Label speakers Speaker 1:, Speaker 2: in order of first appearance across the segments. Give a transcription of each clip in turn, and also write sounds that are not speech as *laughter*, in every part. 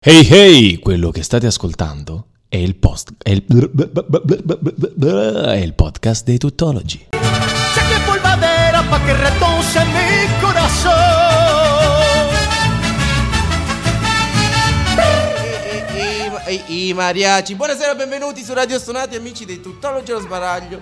Speaker 1: Hey hey, quello che state ascoltando è il, post, è il, è il podcast dei tuttologi.
Speaker 2: Sé que es polvadera pa' que retonce mi corazón.
Speaker 3: I, i- i mariachi. Buonasera, benvenuti su Radio Sonati, amici dei Tuttologi allo sbaraglio.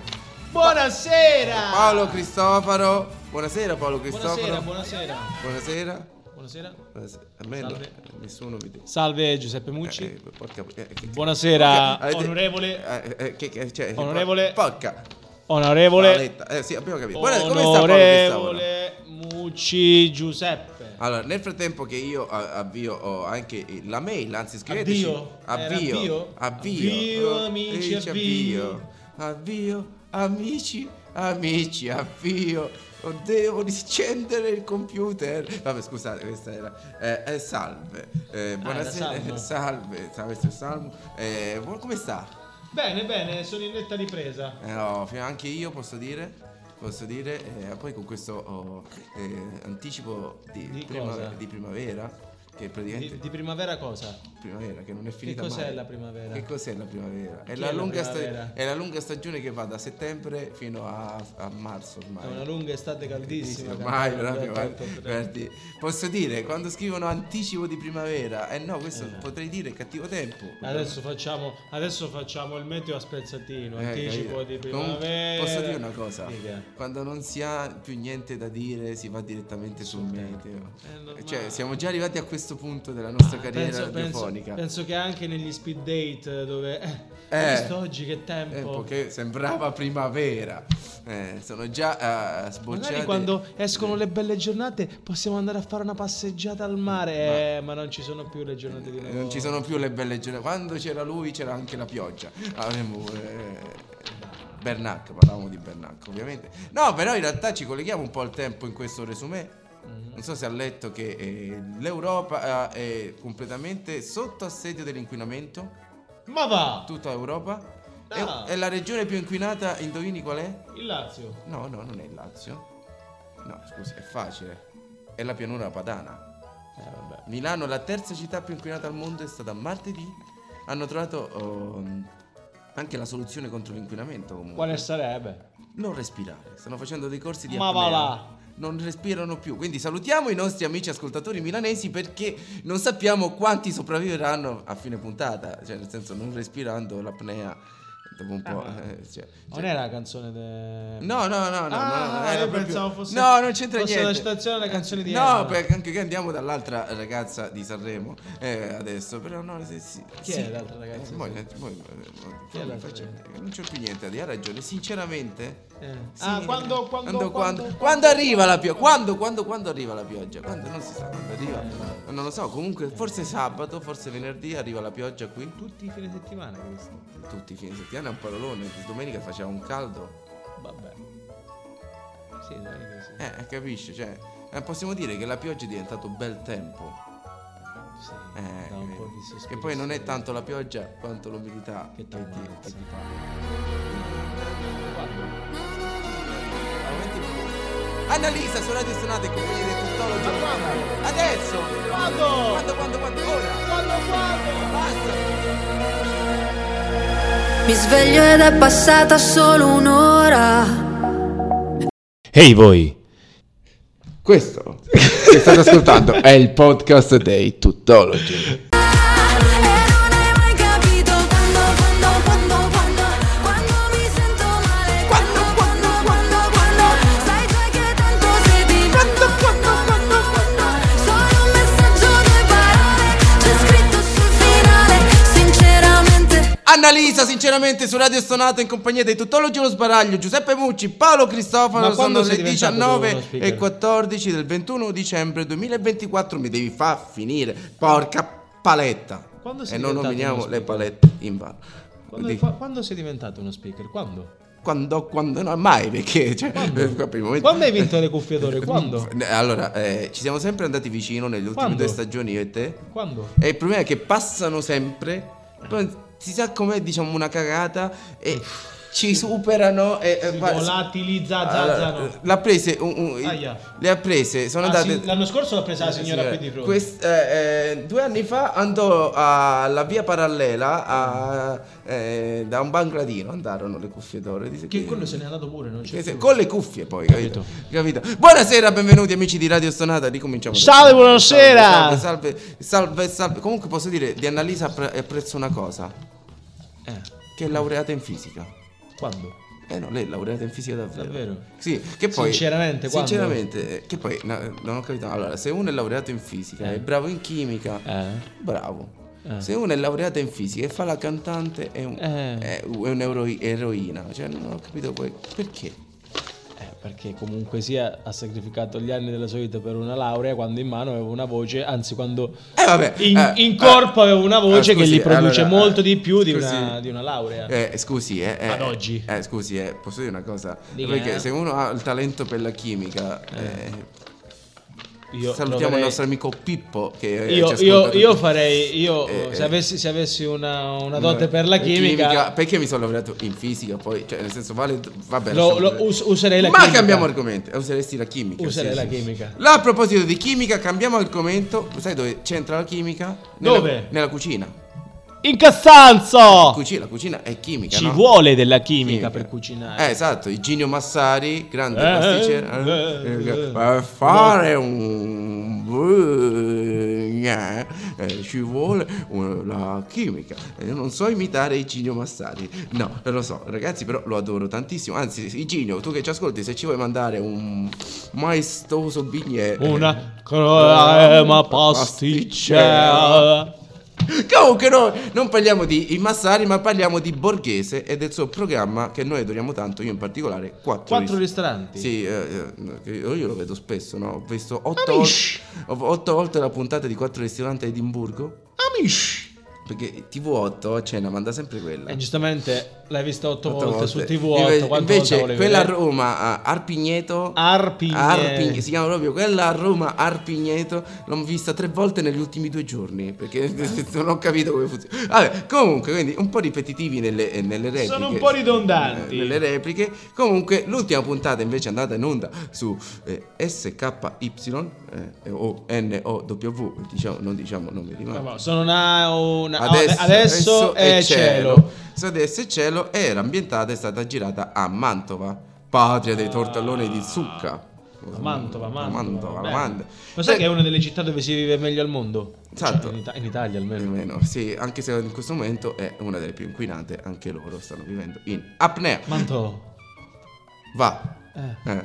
Speaker 4: Buonasera!
Speaker 3: Paolo Cristofaro. Buonasera Paolo
Speaker 4: Buonasera,
Speaker 3: Cristofaro.
Speaker 4: buonasera.
Speaker 3: Buonasera.
Speaker 4: Buonasera.
Speaker 3: Buonasera. A me no,
Speaker 4: Salve.
Speaker 3: nessuno mi dice.
Speaker 4: Salve Giuseppe Mucci.
Speaker 3: Eh, eh, porca- eh, che-
Speaker 4: Buonasera,
Speaker 3: porca- avete-
Speaker 4: onorevole.
Speaker 3: eh, eh, che- che- cioè,
Speaker 4: Onorevole.
Speaker 3: Porca.
Speaker 4: Onorevole.
Speaker 3: paletta. Eh, sì, abbiamo capito. Buona- come sta Paolo Cristofaro?
Speaker 4: Onorevole Mucci Giuseppe.
Speaker 3: Allora, nel frattempo che io a- avvio ho anche eh, la mail, anzi scriveteci.
Speaker 4: Addio.
Speaker 3: Avvio.
Speaker 4: Era avvio?
Speaker 3: Avvio.
Speaker 4: Avvio,
Speaker 3: Eh,
Speaker 4: amici,
Speaker 3: dice
Speaker 4: avvio.
Speaker 3: Avvio, amici, amici, avvio. Devo riscendere il computer. Vabbè, scusate, questa era. Eh, eh, salve. Eh, buonasera.
Speaker 4: Ah, salmo.
Speaker 3: eh, *laughs* salve. Salve, signor Salmo. Eh, buon- come sta?
Speaker 4: Bene, bene, sono in netta ripresa.
Speaker 3: Eh, no, fino- anche io posso dire. Posso dire, eh, poi con questo oh, eh, anticipo di,
Speaker 4: Di
Speaker 3: primavera-
Speaker 4: cosa?
Speaker 3: di primavera, che praticamente
Speaker 4: Di, di primavera cosa?
Speaker 3: primavera che non è finita
Speaker 4: cos'è
Speaker 3: mai.
Speaker 4: la primavera?
Speaker 3: che cos'è la primavera è
Speaker 4: Chi
Speaker 3: la,
Speaker 4: è la
Speaker 3: lunga sta-
Speaker 4: primavera?
Speaker 3: è la lunga stagione che va da settembre fino a, a marzo ormai
Speaker 4: È una lunga estate caldissima.
Speaker 3: ormai
Speaker 4: cantare,
Speaker 3: proprio,
Speaker 4: cantare,
Speaker 3: guarda,
Speaker 4: cantare.
Speaker 3: guardi, posso dire quando scrivono anticipo di primavera eh no questo potrei dire cattivo tempo
Speaker 4: Adesso facciamo, adesso facciamo il meteo a spezzattino,
Speaker 3: Eh,
Speaker 4: anticipo
Speaker 3: capito?
Speaker 4: di
Speaker 3: Comunque,
Speaker 4: primavera.
Speaker 3: posso dire una cosa
Speaker 4: Dica.
Speaker 3: quando non si ha più niente da dire si va direttamente sul meteo
Speaker 4: È Eh, normale.
Speaker 3: cioè siamo già arrivati a questo punto della nostra carriera
Speaker 4: Ah, Penso, penso,
Speaker 3: radiofonica
Speaker 4: penso che anche negli speed date dove... Eh,
Speaker 3: Eh.
Speaker 4: hai visto oggi che tempo?
Speaker 3: tempo che sembrava primavera. Eh, sono già eh, sbocciati.
Speaker 4: Magari quando escono le belle giornate possiamo andare a fare una passeggiata al mare, eh, ma non ci sono più le giornate di
Speaker 3: Eh,
Speaker 4: lavoro.
Speaker 3: Non ci sono più le belle giornate. Quando c'era lui c'era anche la pioggia. Avremmo... eh, Bernac, parlavamo di Bernac ovviamente. No, però in realtà ci colleghiamo un po' al tempo in questo resumé. Non so se ha letto che eh, l'Europa eh, è completamente sotto assedio dell'inquinamento.
Speaker 4: Ma va!
Speaker 3: Tutta Europa. E-
Speaker 4: Ah.
Speaker 3: è la regione più inquinata, indovini qual è?
Speaker 4: Il Lazio.
Speaker 3: No, no, non è il Lazio. No, scusa, è facile. È la pianura padana.
Speaker 4: Eh, vabbè.
Speaker 3: Milano, la terza città più inquinata al mondo, è stata martedì. Hanno trovato ehm, anche la soluzione contro l'inquinamento. Comunque.
Speaker 4: Quale sarebbe?
Speaker 3: Non respirare. Stanno facendo dei corsi di
Speaker 4: Ma va
Speaker 3: apnea.
Speaker 4: là.
Speaker 3: Non respirano più. Quindi salutiamo i nostri amici ascoltatori milanesi perché non sappiamo quanti sopravviveranno a fine puntata. Cioè, nel senso, non respirando l'apnea dopo un po'. eh, cioè-
Speaker 4: Ah. Non era la canzone de...
Speaker 3: No, no, no, no, no,
Speaker 4: Ah,
Speaker 3: no,
Speaker 4: io
Speaker 3: era proprio-
Speaker 4: pensavo fosse-
Speaker 3: No, non c'entra
Speaker 4: fosse
Speaker 3: niente.
Speaker 4: la citazione della canzone di
Speaker 3: No,
Speaker 4: Emma.
Speaker 3: perché anche che andiamo dall'altra ragazza di Sanremo eh, adesso, però no, sì, sì,
Speaker 4: Chi
Speaker 3: sì.
Speaker 4: è l'altra ragazza?
Speaker 3: Eh, mo- mo- mo-
Speaker 4: Chi è
Speaker 3: mo-
Speaker 4: l'altra
Speaker 3: faccio- Non c'ho più niente da dire, ha ragione, sinceramente.
Speaker 4: Eh.
Speaker 3: sì.
Speaker 4: Ah, quando, quando,
Speaker 3: quando, quando arriva la pioggia? Quando, quando, quando arriva la pioggia? Quando non si sa quando arriva.
Speaker 4: Eh.
Speaker 3: Non lo so, comunque forse sabato, forse venerdì arriva la pioggia qui.
Speaker 4: Tutti i fine settimana questo.
Speaker 3: Tutti i fine settimana è un parolone, domenica faceva un caldo.
Speaker 4: Vabbè. Sì, dai, che sì.
Speaker 3: Eh, capisci, cioè, eh, possiamo dire che la pioggia è diventato bel tempo.
Speaker 4: Sì,
Speaker 3: Eh,
Speaker 4: dà un po' di
Speaker 3: che
Speaker 4: sospiro.
Speaker 3: poi non è tanto la pioggia quanto l'umidità
Speaker 4: Che
Speaker 3: ti-
Speaker 4: t'ammazza.
Speaker 3: ti fa. Veramente- Ah, Annalisa, su Radio Sonata e compagnia del tuttologo. Adesso! Quando? Quando, quando, Ora! Basta!
Speaker 5: Mi sveglio ed è passata solo un'ora.
Speaker 1: Hey voi,
Speaker 3: Questo che state ascoltando è il podcast dei tuttologi.
Speaker 5: E non hai mai capito quando, quando, quando, quando, quando mi sento male. Quando, quando, quando, quando, sai già che tanto sei di quando, quando, quando, quando. Solo un messaggio, due parole, c'è scritto sul finale. Sinceramente.
Speaker 3: Annalisa, sinceramente, su Radio Stonato in compagnia dei tuttologi lo sbaraglio, Giuseppe Mucci, Paolo Cristofano,
Speaker 4: Ma quando
Speaker 3: sono le
Speaker 4: sei diventato tu
Speaker 3: 19
Speaker 4: uno speaker?
Speaker 3: e 14 del 21 dicembre 2024, mi devi far finire, porca paletta.
Speaker 4: Quando
Speaker 3: e
Speaker 4: sei
Speaker 3: non
Speaker 4: diventato
Speaker 3: nominiamo
Speaker 4: uno
Speaker 3: le
Speaker 4: speaker?
Speaker 3: palette in vano.
Speaker 4: Quando,
Speaker 3: Di-
Speaker 4: qua- quando sei diventato uno speaker? Quando?
Speaker 3: Quando, quando, no, mai, perché, cioè, eh, *laughs* per il momento-
Speaker 4: Quando hai vinto le cuffie d'oro? Quando?
Speaker 3: Eh, Allora, eh, ci siamo sempre andati vicino nelle ultime
Speaker 4: Quando?
Speaker 3: due stagioni io e te.
Speaker 4: Quando?
Speaker 3: E il problema è che passano sempre. poi Si sa com'è, diciamo, una cagata. E ci superano e eh,
Speaker 4: Si
Speaker 3: guarda,
Speaker 4: volatilizza
Speaker 3: allora, eh,
Speaker 4: Zazzano.
Speaker 3: l'ha prese un- un-
Speaker 4: Aia.
Speaker 3: le ha prese sono
Speaker 4: Ah,
Speaker 3: andate
Speaker 4: sì, l'anno scorso l'ha presa la signora
Speaker 3: Signora,
Speaker 4: qui di fronte.
Speaker 3: quest- eh, eh, due anni fa andò alla via parallela a- eh, da un bancradino andarono le cuffie d'oro di-
Speaker 4: Che quello se n'è andato pure, non c'è
Speaker 3: che se-
Speaker 4: più.
Speaker 3: con le cuffie poi capito? Capito? buonasera benvenuti amici di Radio Stonata ricominciamo da-
Speaker 4: Salve, buonasera!
Speaker 3: salve salve, salve, salve. comunque posso dire di Annalisa appre- apprezzo una cosa
Speaker 4: Eh,
Speaker 3: che è laureata in fisica
Speaker 4: quando?
Speaker 3: eh no, lei è laureata in fisica davvero.
Speaker 4: Davvero?
Speaker 3: Sì, che poi...
Speaker 4: Sinceramente, quando?
Speaker 3: Sinceramente, eh, che poi... no, non ho capito. Allora, se uno è laureato in fisica,
Speaker 4: Eh.
Speaker 3: è bravo in chimica,
Speaker 4: Eh.
Speaker 3: bravo.
Speaker 4: Eh.
Speaker 3: Se uno è laureato in fisica e fa la cantante è, un-
Speaker 4: Eh.
Speaker 3: è un'eroina. Cioè, non ho capito poi perché.
Speaker 4: Eh, perché comunque sia ha sacrificato gli anni della sua vita per una laurea quando in mano aveva una voce, anzi quando
Speaker 3: Eh vabbè.
Speaker 4: in,
Speaker 3: eh,
Speaker 4: in
Speaker 3: eh,
Speaker 4: corpo aveva una voce
Speaker 3: eh,
Speaker 4: che
Speaker 3: scusi,
Speaker 4: gli produce
Speaker 3: allora,
Speaker 4: molto
Speaker 3: eh,
Speaker 4: di più di
Speaker 3: scusi.
Speaker 4: una, di una laurea.
Speaker 3: Eh, scusi, eh, eh,
Speaker 4: Ad oggi.
Speaker 3: Eh, scusi, eh, posso dire una cosa?
Speaker 4: Dica.
Speaker 3: Perché se uno ha il talento per la chimica, eh,
Speaker 4: Io
Speaker 3: salutiamo
Speaker 4: troverei-
Speaker 3: il nostro amico Pippo che eh,
Speaker 4: Io,
Speaker 3: ci ascolta
Speaker 4: io,
Speaker 3: tutti-
Speaker 4: io farei, io
Speaker 3: Eh,
Speaker 4: se
Speaker 3: eh.
Speaker 4: avessi, se avessi una, una dote per la chimica,
Speaker 3: Perché mi sono laureato in fisica poi? Cioè, nel senso, vale... Vabbè,
Speaker 4: Lo-
Speaker 3: lasciamo
Speaker 4: lo
Speaker 3: perdere.
Speaker 4: us- userei la
Speaker 3: Ma
Speaker 4: chimica.
Speaker 3: cambiamo argomento. Eh, Useresti la chimica.
Speaker 4: userei
Speaker 3: sì,
Speaker 4: la
Speaker 3: sì.
Speaker 4: chimica.
Speaker 3: Là, a proposito di chimica, cambiamo argomento. Sai dove c'entra la chimica? Nella-
Speaker 4: Dove?
Speaker 3: Nella cucina.
Speaker 4: In Cassanzo!
Speaker 3: Cucina, la cucina è chimica,
Speaker 4: Ci
Speaker 3: no?
Speaker 4: vuole della chimica per
Speaker 3: Eh,
Speaker 4: cucinare.
Speaker 3: esatto, Iginio Massari, grande
Speaker 4: Eh,
Speaker 3: pasticcero.
Speaker 4: eh, eh,
Speaker 3: eh, per fare un brugne, eh, ci vuole un- la chimica. Eh, non so imitare Iginio Massari. No, lo so, ragazzi, però lo adoro tantissimo. Anzi, Iginio, tu che ci ascolti, se ci vuoi mandare un maestoso bignè. eh,
Speaker 4: Una crema pasticcera.
Speaker 3: *laughs* Comunque noi non parliamo di i Massari ma parliamo di Borghese e del suo programma che noi adoriamo tanto, io in particolare, 4
Speaker 4: Quattro ristoranti.
Speaker 3: Sì, eh, eh, io io lo vedo spesso, no? Ho visto 8
Speaker 4: Amish.
Speaker 3: volte, la puntata di 4 ristoranti a Edimburgo
Speaker 4: Amish.
Speaker 3: perché TV8 a cena cioè, manda sempre quella.
Speaker 4: E giustamente l'hai vista otto,
Speaker 3: Eh. Otto
Speaker 4: volte, su
Speaker 3: volte.
Speaker 4: TV8.
Speaker 3: Inve-
Speaker 4: quante volte
Speaker 3: invece
Speaker 4: volevi
Speaker 3: quella a
Speaker 4: vedere?
Speaker 3: Roma a Arpigneto
Speaker 4: Arpigne.
Speaker 3: Arpign- si chiama proprio quella a Roma Arpigneto l'ho vista tre volte negli ultimi due giorni perché *laughs* non ho capito come funziona vabbè comunque quindi un po' ripetitivi nelle, eh, nelle repliche
Speaker 4: Sono un po' ridondanti.
Speaker 3: eh, nelle repliche comunque l'ultima puntata invece è andata in onda su eh, SKY eh, o NOW diciamo, non diciamo non mi rimane
Speaker 4: Vabbè, Sono una, una- adesso, è cielo.
Speaker 3: su Adesso è cielo e era ambientata è stata girata a Mantova, patria dei tortelloni di zucca.
Speaker 4: A Mantova, Mantova.
Speaker 3: Mantova,
Speaker 4: bello.
Speaker 3: Mantova. Eh,
Speaker 4: Lo sai
Speaker 3: Beh,
Speaker 4: che è una delle città dove si vive meglio al mondo?
Speaker 3: Esatto.
Speaker 4: Cioè, in, Ita- in Italia almeno.
Speaker 3: almeno, sì, anche se in questo momento è una delle più inquinate, anche loro stanno vivendo in apnea.
Speaker 4: Manto.
Speaker 3: Va.
Speaker 4: Eh.
Speaker 3: Eh.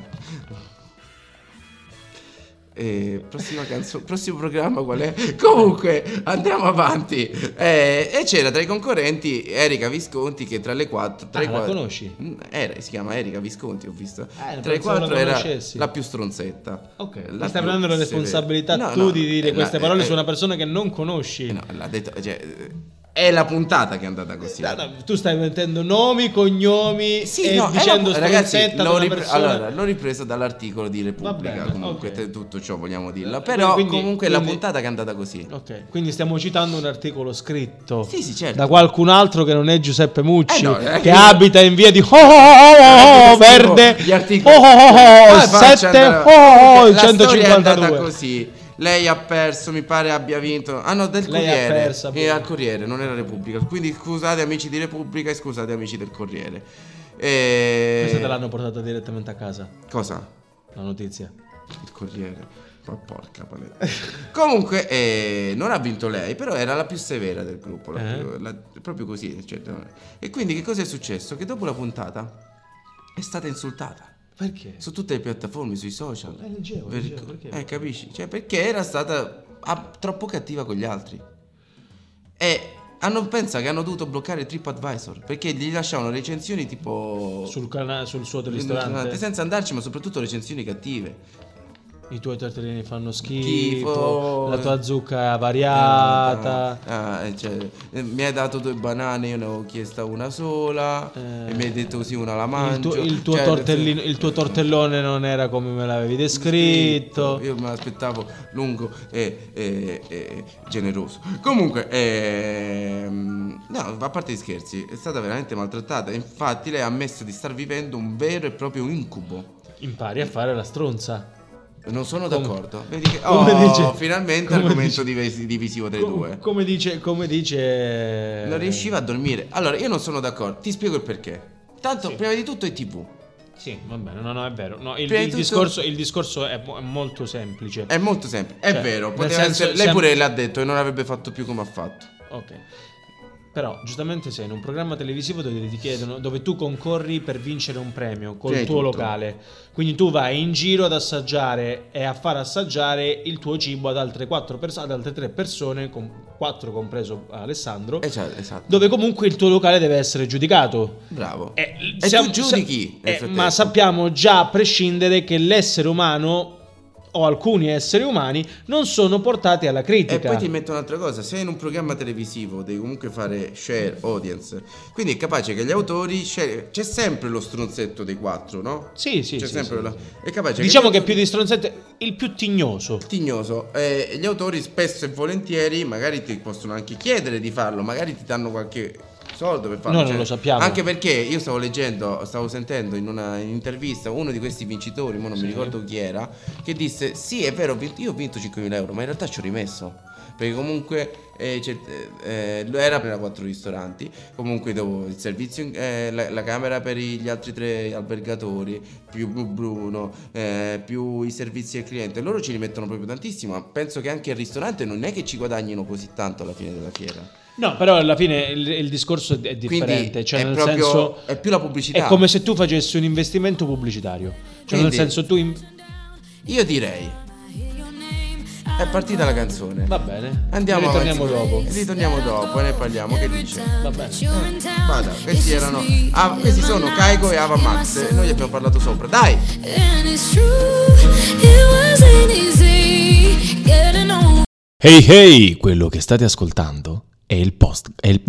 Speaker 3: E Eh, prossima canzone, prossimo programma qual
Speaker 4: *laughs*
Speaker 3: è? Comunque andiamo avanti. Eh, e c'era tra i concorrenti Erika Visconti che tra le quattro... Tra
Speaker 4: Ah,
Speaker 3: i
Speaker 4: la
Speaker 3: quattro-
Speaker 4: conosci?
Speaker 3: Mm, era- si chiama Erika Visconti, ho visto.
Speaker 4: Eh,
Speaker 3: tra i
Speaker 4: pensavo la
Speaker 3: quattro era
Speaker 4: conoscessi.
Speaker 3: la più stronzetta.
Speaker 4: Ok,
Speaker 3: La
Speaker 4: ma
Speaker 3: più
Speaker 4: stai prendendo la
Speaker 3: severa.
Speaker 4: responsabilità
Speaker 3: No,
Speaker 4: tu
Speaker 3: no,
Speaker 4: di dire
Speaker 3: eh,
Speaker 4: queste
Speaker 3: la-
Speaker 4: parole
Speaker 3: eh,
Speaker 4: su una persona che non conosci.
Speaker 3: eh, No, l'ha detto... Cioè, eh, è la puntata che è andata così. Eh,
Speaker 4: No, no, Tu stai mettendo nomi, cognomi
Speaker 3: Sì,
Speaker 4: e
Speaker 3: no, è la-
Speaker 4: dicendo
Speaker 3: ragazzi,
Speaker 4: stronzetta
Speaker 3: l'ho,
Speaker 4: di una
Speaker 3: ripre-
Speaker 4: persona.
Speaker 3: allora, l'ho ripreso dall'articolo di Repubblica.
Speaker 4: bene,
Speaker 3: comunque,
Speaker 4: ok. Eh,
Speaker 3: te- tutto ciò vogliamo dirla. Però,
Speaker 4: Quindi-
Speaker 3: comunque, è la
Speaker 4: quindi-
Speaker 3: puntata che è andata così.
Speaker 4: Ok, quindi stiamo citando un articolo scritto
Speaker 3: Sì, sì, certo.
Speaker 4: da qualcun altro che non è Giuseppe Mucci,
Speaker 3: Eh no, eh,
Speaker 4: che
Speaker 3: io- Eh,
Speaker 4: abita in via di oh, oh, oh, oh, oh, verde
Speaker 3: Gli articoli.
Speaker 4: oh, oh, oh,
Speaker 3: Ah,
Speaker 4: oh,
Speaker 3: faccia
Speaker 4: 7
Speaker 3: andare-
Speaker 4: oh, oh, oh,
Speaker 3: La storia è andata
Speaker 4: 152.
Speaker 3: così. Lei ha perso, mi pare abbia vinto. Ah no, del
Speaker 4: Lei ha
Speaker 3: Corriere.
Speaker 4: perso,
Speaker 3: Eh,
Speaker 4: appunto.
Speaker 3: al Corriere, non era Repubblica. Quindi scusate amici di Repubblica e scusate amici del Corriere. E...
Speaker 4: Questa te l'hanno portata direttamente a casa,
Speaker 3: Cosa?
Speaker 4: la notizia.
Speaker 3: Il Corriere. Ma porca
Speaker 4: *laughs*
Speaker 3: paletta. Comunque, eh, non ha vinto lei, però era la più severa del gruppo. la
Speaker 4: Eh.
Speaker 3: più- la- proprio così. cioè, no. e quindi che cosa è successo? Che dopo la puntata è stata insultata.
Speaker 4: Perché?
Speaker 3: Su tutte le piattaforme, sui social.
Speaker 4: Eh, leggevo,
Speaker 3: Per-
Speaker 4: leggevo, perché?
Speaker 3: Eh, capisci? Cioè, perché era stata ah, troppo cattiva con gli altri. E hanno, pensa che hanno dovuto bloccare TripAdvisor perché gli lasciavano recensioni tipo...
Speaker 4: Sul, cana- sul suo
Speaker 3: ristorante,
Speaker 4: ristorante.
Speaker 3: Senza andarci, ma soprattutto recensioni cattive.
Speaker 4: i tuoi tortellini fanno schifo,
Speaker 3: Schifo.
Speaker 4: la tua zucca è variata.
Speaker 3: Ah, eh, cioè, eh, mi hai dato due banane, io ne ho chiesta una sola.
Speaker 4: Eh.
Speaker 3: e mi hai detto sì, una la
Speaker 4: il
Speaker 3: mangio.
Speaker 4: tuo, il tuo
Speaker 3: Cioè,
Speaker 4: tortellino-
Speaker 3: eh,
Speaker 4: il tuo tortellone non era come me l'avevi descritto.
Speaker 3: Io me l'aspettavo lungo e, e- e generoso. Comunque, ehm, no, a parte gli scherzi, è stata veramente maltrattata. Infatti, lei ha ammesso di star vivendo un vero e proprio incubo.
Speaker 4: Impari a fare la stronza.
Speaker 3: Non sono
Speaker 4: Come-
Speaker 3: d'accordo. Vedi che-
Speaker 4: come
Speaker 3: oh,
Speaker 4: dice-
Speaker 3: finalmente
Speaker 4: come
Speaker 3: argomento divisi- divisivo tra i
Speaker 4: Com-
Speaker 3: due.
Speaker 4: come dice, come dice.
Speaker 3: Non riusciva a dormire. Allora, io non sono d'accordo. Ti spiego il perché. Tanto,
Speaker 4: Sì.
Speaker 3: prima di tutto è TV.
Speaker 4: Sì, va bene, no, no, è vero. No, il,
Speaker 3: Prima
Speaker 4: il
Speaker 3: di tutto-
Speaker 4: discorso, il discorso è, mo- è molto semplice.
Speaker 3: È molto semplice. È
Speaker 4: Cioè,
Speaker 3: vero.
Speaker 4: nel
Speaker 3: poteva
Speaker 4: senso,
Speaker 3: essere- Lei
Speaker 4: siamo-
Speaker 3: pure l'ha detto e non avrebbe fatto più come ha fatto.
Speaker 4: Ok. Però, giustamente, sei in un programma televisivo dove ti chiedono, dove tu concorri per vincere un premio col
Speaker 3: C'è tutto.
Speaker 4: tuo locale. Quindi tu vai in giro ad assaggiare e a far assaggiare il tuo cibo ad altre quattro perso- ad altre tre persone, con- quattro compreso Alessandro.
Speaker 3: Eh, cioè, esatto.
Speaker 4: Dove comunque il tuo locale deve essere giudicato.
Speaker 3: Bravo.
Speaker 4: Eh,
Speaker 3: e
Speaker 4: siamo-
Speaker 3: tu giudichi.
Speaker 4: sa-
Speaker 3: nel
Speaker 4: eh,
Speaker 3: frattempo?
Speaker 4: ma sappiamo già a prescindere che l'essere umano o alcuni esseri umani non sono portati alla critica.
Speaker 3: E poi ti metto un'altra cosa, sei in un programma televisivo devi comunque fare share audience, quindi è capace che gli autori scel- c'è sempre lo stronzetto dei quattro, no?
Speaker 4: Sì, sì,
Speaker 3: C'è
Speaker 4: sì,
Speaker 3: sempre
Speaker 4: sì,
Speaker 3: la-
Speaker 4: sì.
Speaker 3: è capace
Speaker 4: Diciamo
Speaker 3: gli
Speaker 4: che più di stronzette, il più tignoso.
Speaker 3: tignoso. eh, gli autori spesso e volentieri magari ti possono anche chiedere di farlo, magari ti danno qualche soldo per farlo.
Speaker 4: Noi non lo sappiamo.
Speaker 3: Anche perché io stavo leggendo, stavo sentendo in una in un'intervista uno di questi vincitori, mo non mi ricordo chi era, che disse sì è vero, ho vinto- io ho vinto 5.000 euro, ma in realtà ci ho rimesso. Perché comunque eh, c'è- eh, eh, era per quattro ristoranti, comunque dopo il servizio, in- eh, la, la camera per i- gli altri tre albergatori, più Bru- Bruno, eh, più i servizi al cliente, loro ci rimettono proprio tantissimo, ma penso che anche il ristorante non è che ci guadagnino così tanto alla fine della fiera.
Speaker 4: No, però alla fine il, il discorso è differente. cioè,
Speaker 3: è
Speaker 4: nel
Speaker 3: proprio-
Speaker 4: senso,
Speaker 3: è più la pubblicità.
Speaker 4: È come se tu facessi un investimento pubblicitario. Cioè, nel
Speaker 3: Quindi-
Speaker 4: senso, tu. in-
Speaker 3: Io direi, è partita la canzone.
Speaker 4: Va bene.
Speaker 3: Andiamo
Speaker 4: ne ritorniamo
Speaker 3: avanti.
Speaker 4: dopo.
Speaker 3: Ritorniamo dopo e ne parliamo, che dice?
Speaker 4: Va bene.
Speaker 3: Vada, questi erano. Ah, questi sono Kaigo e Ava Max. e Noi gli abbiamo parlato sopra. Dai!
Speaker 5: And it's true, it wasn't easy getting over.
Speaker 1: Hey hey, quello che state ascoltando è il post è il,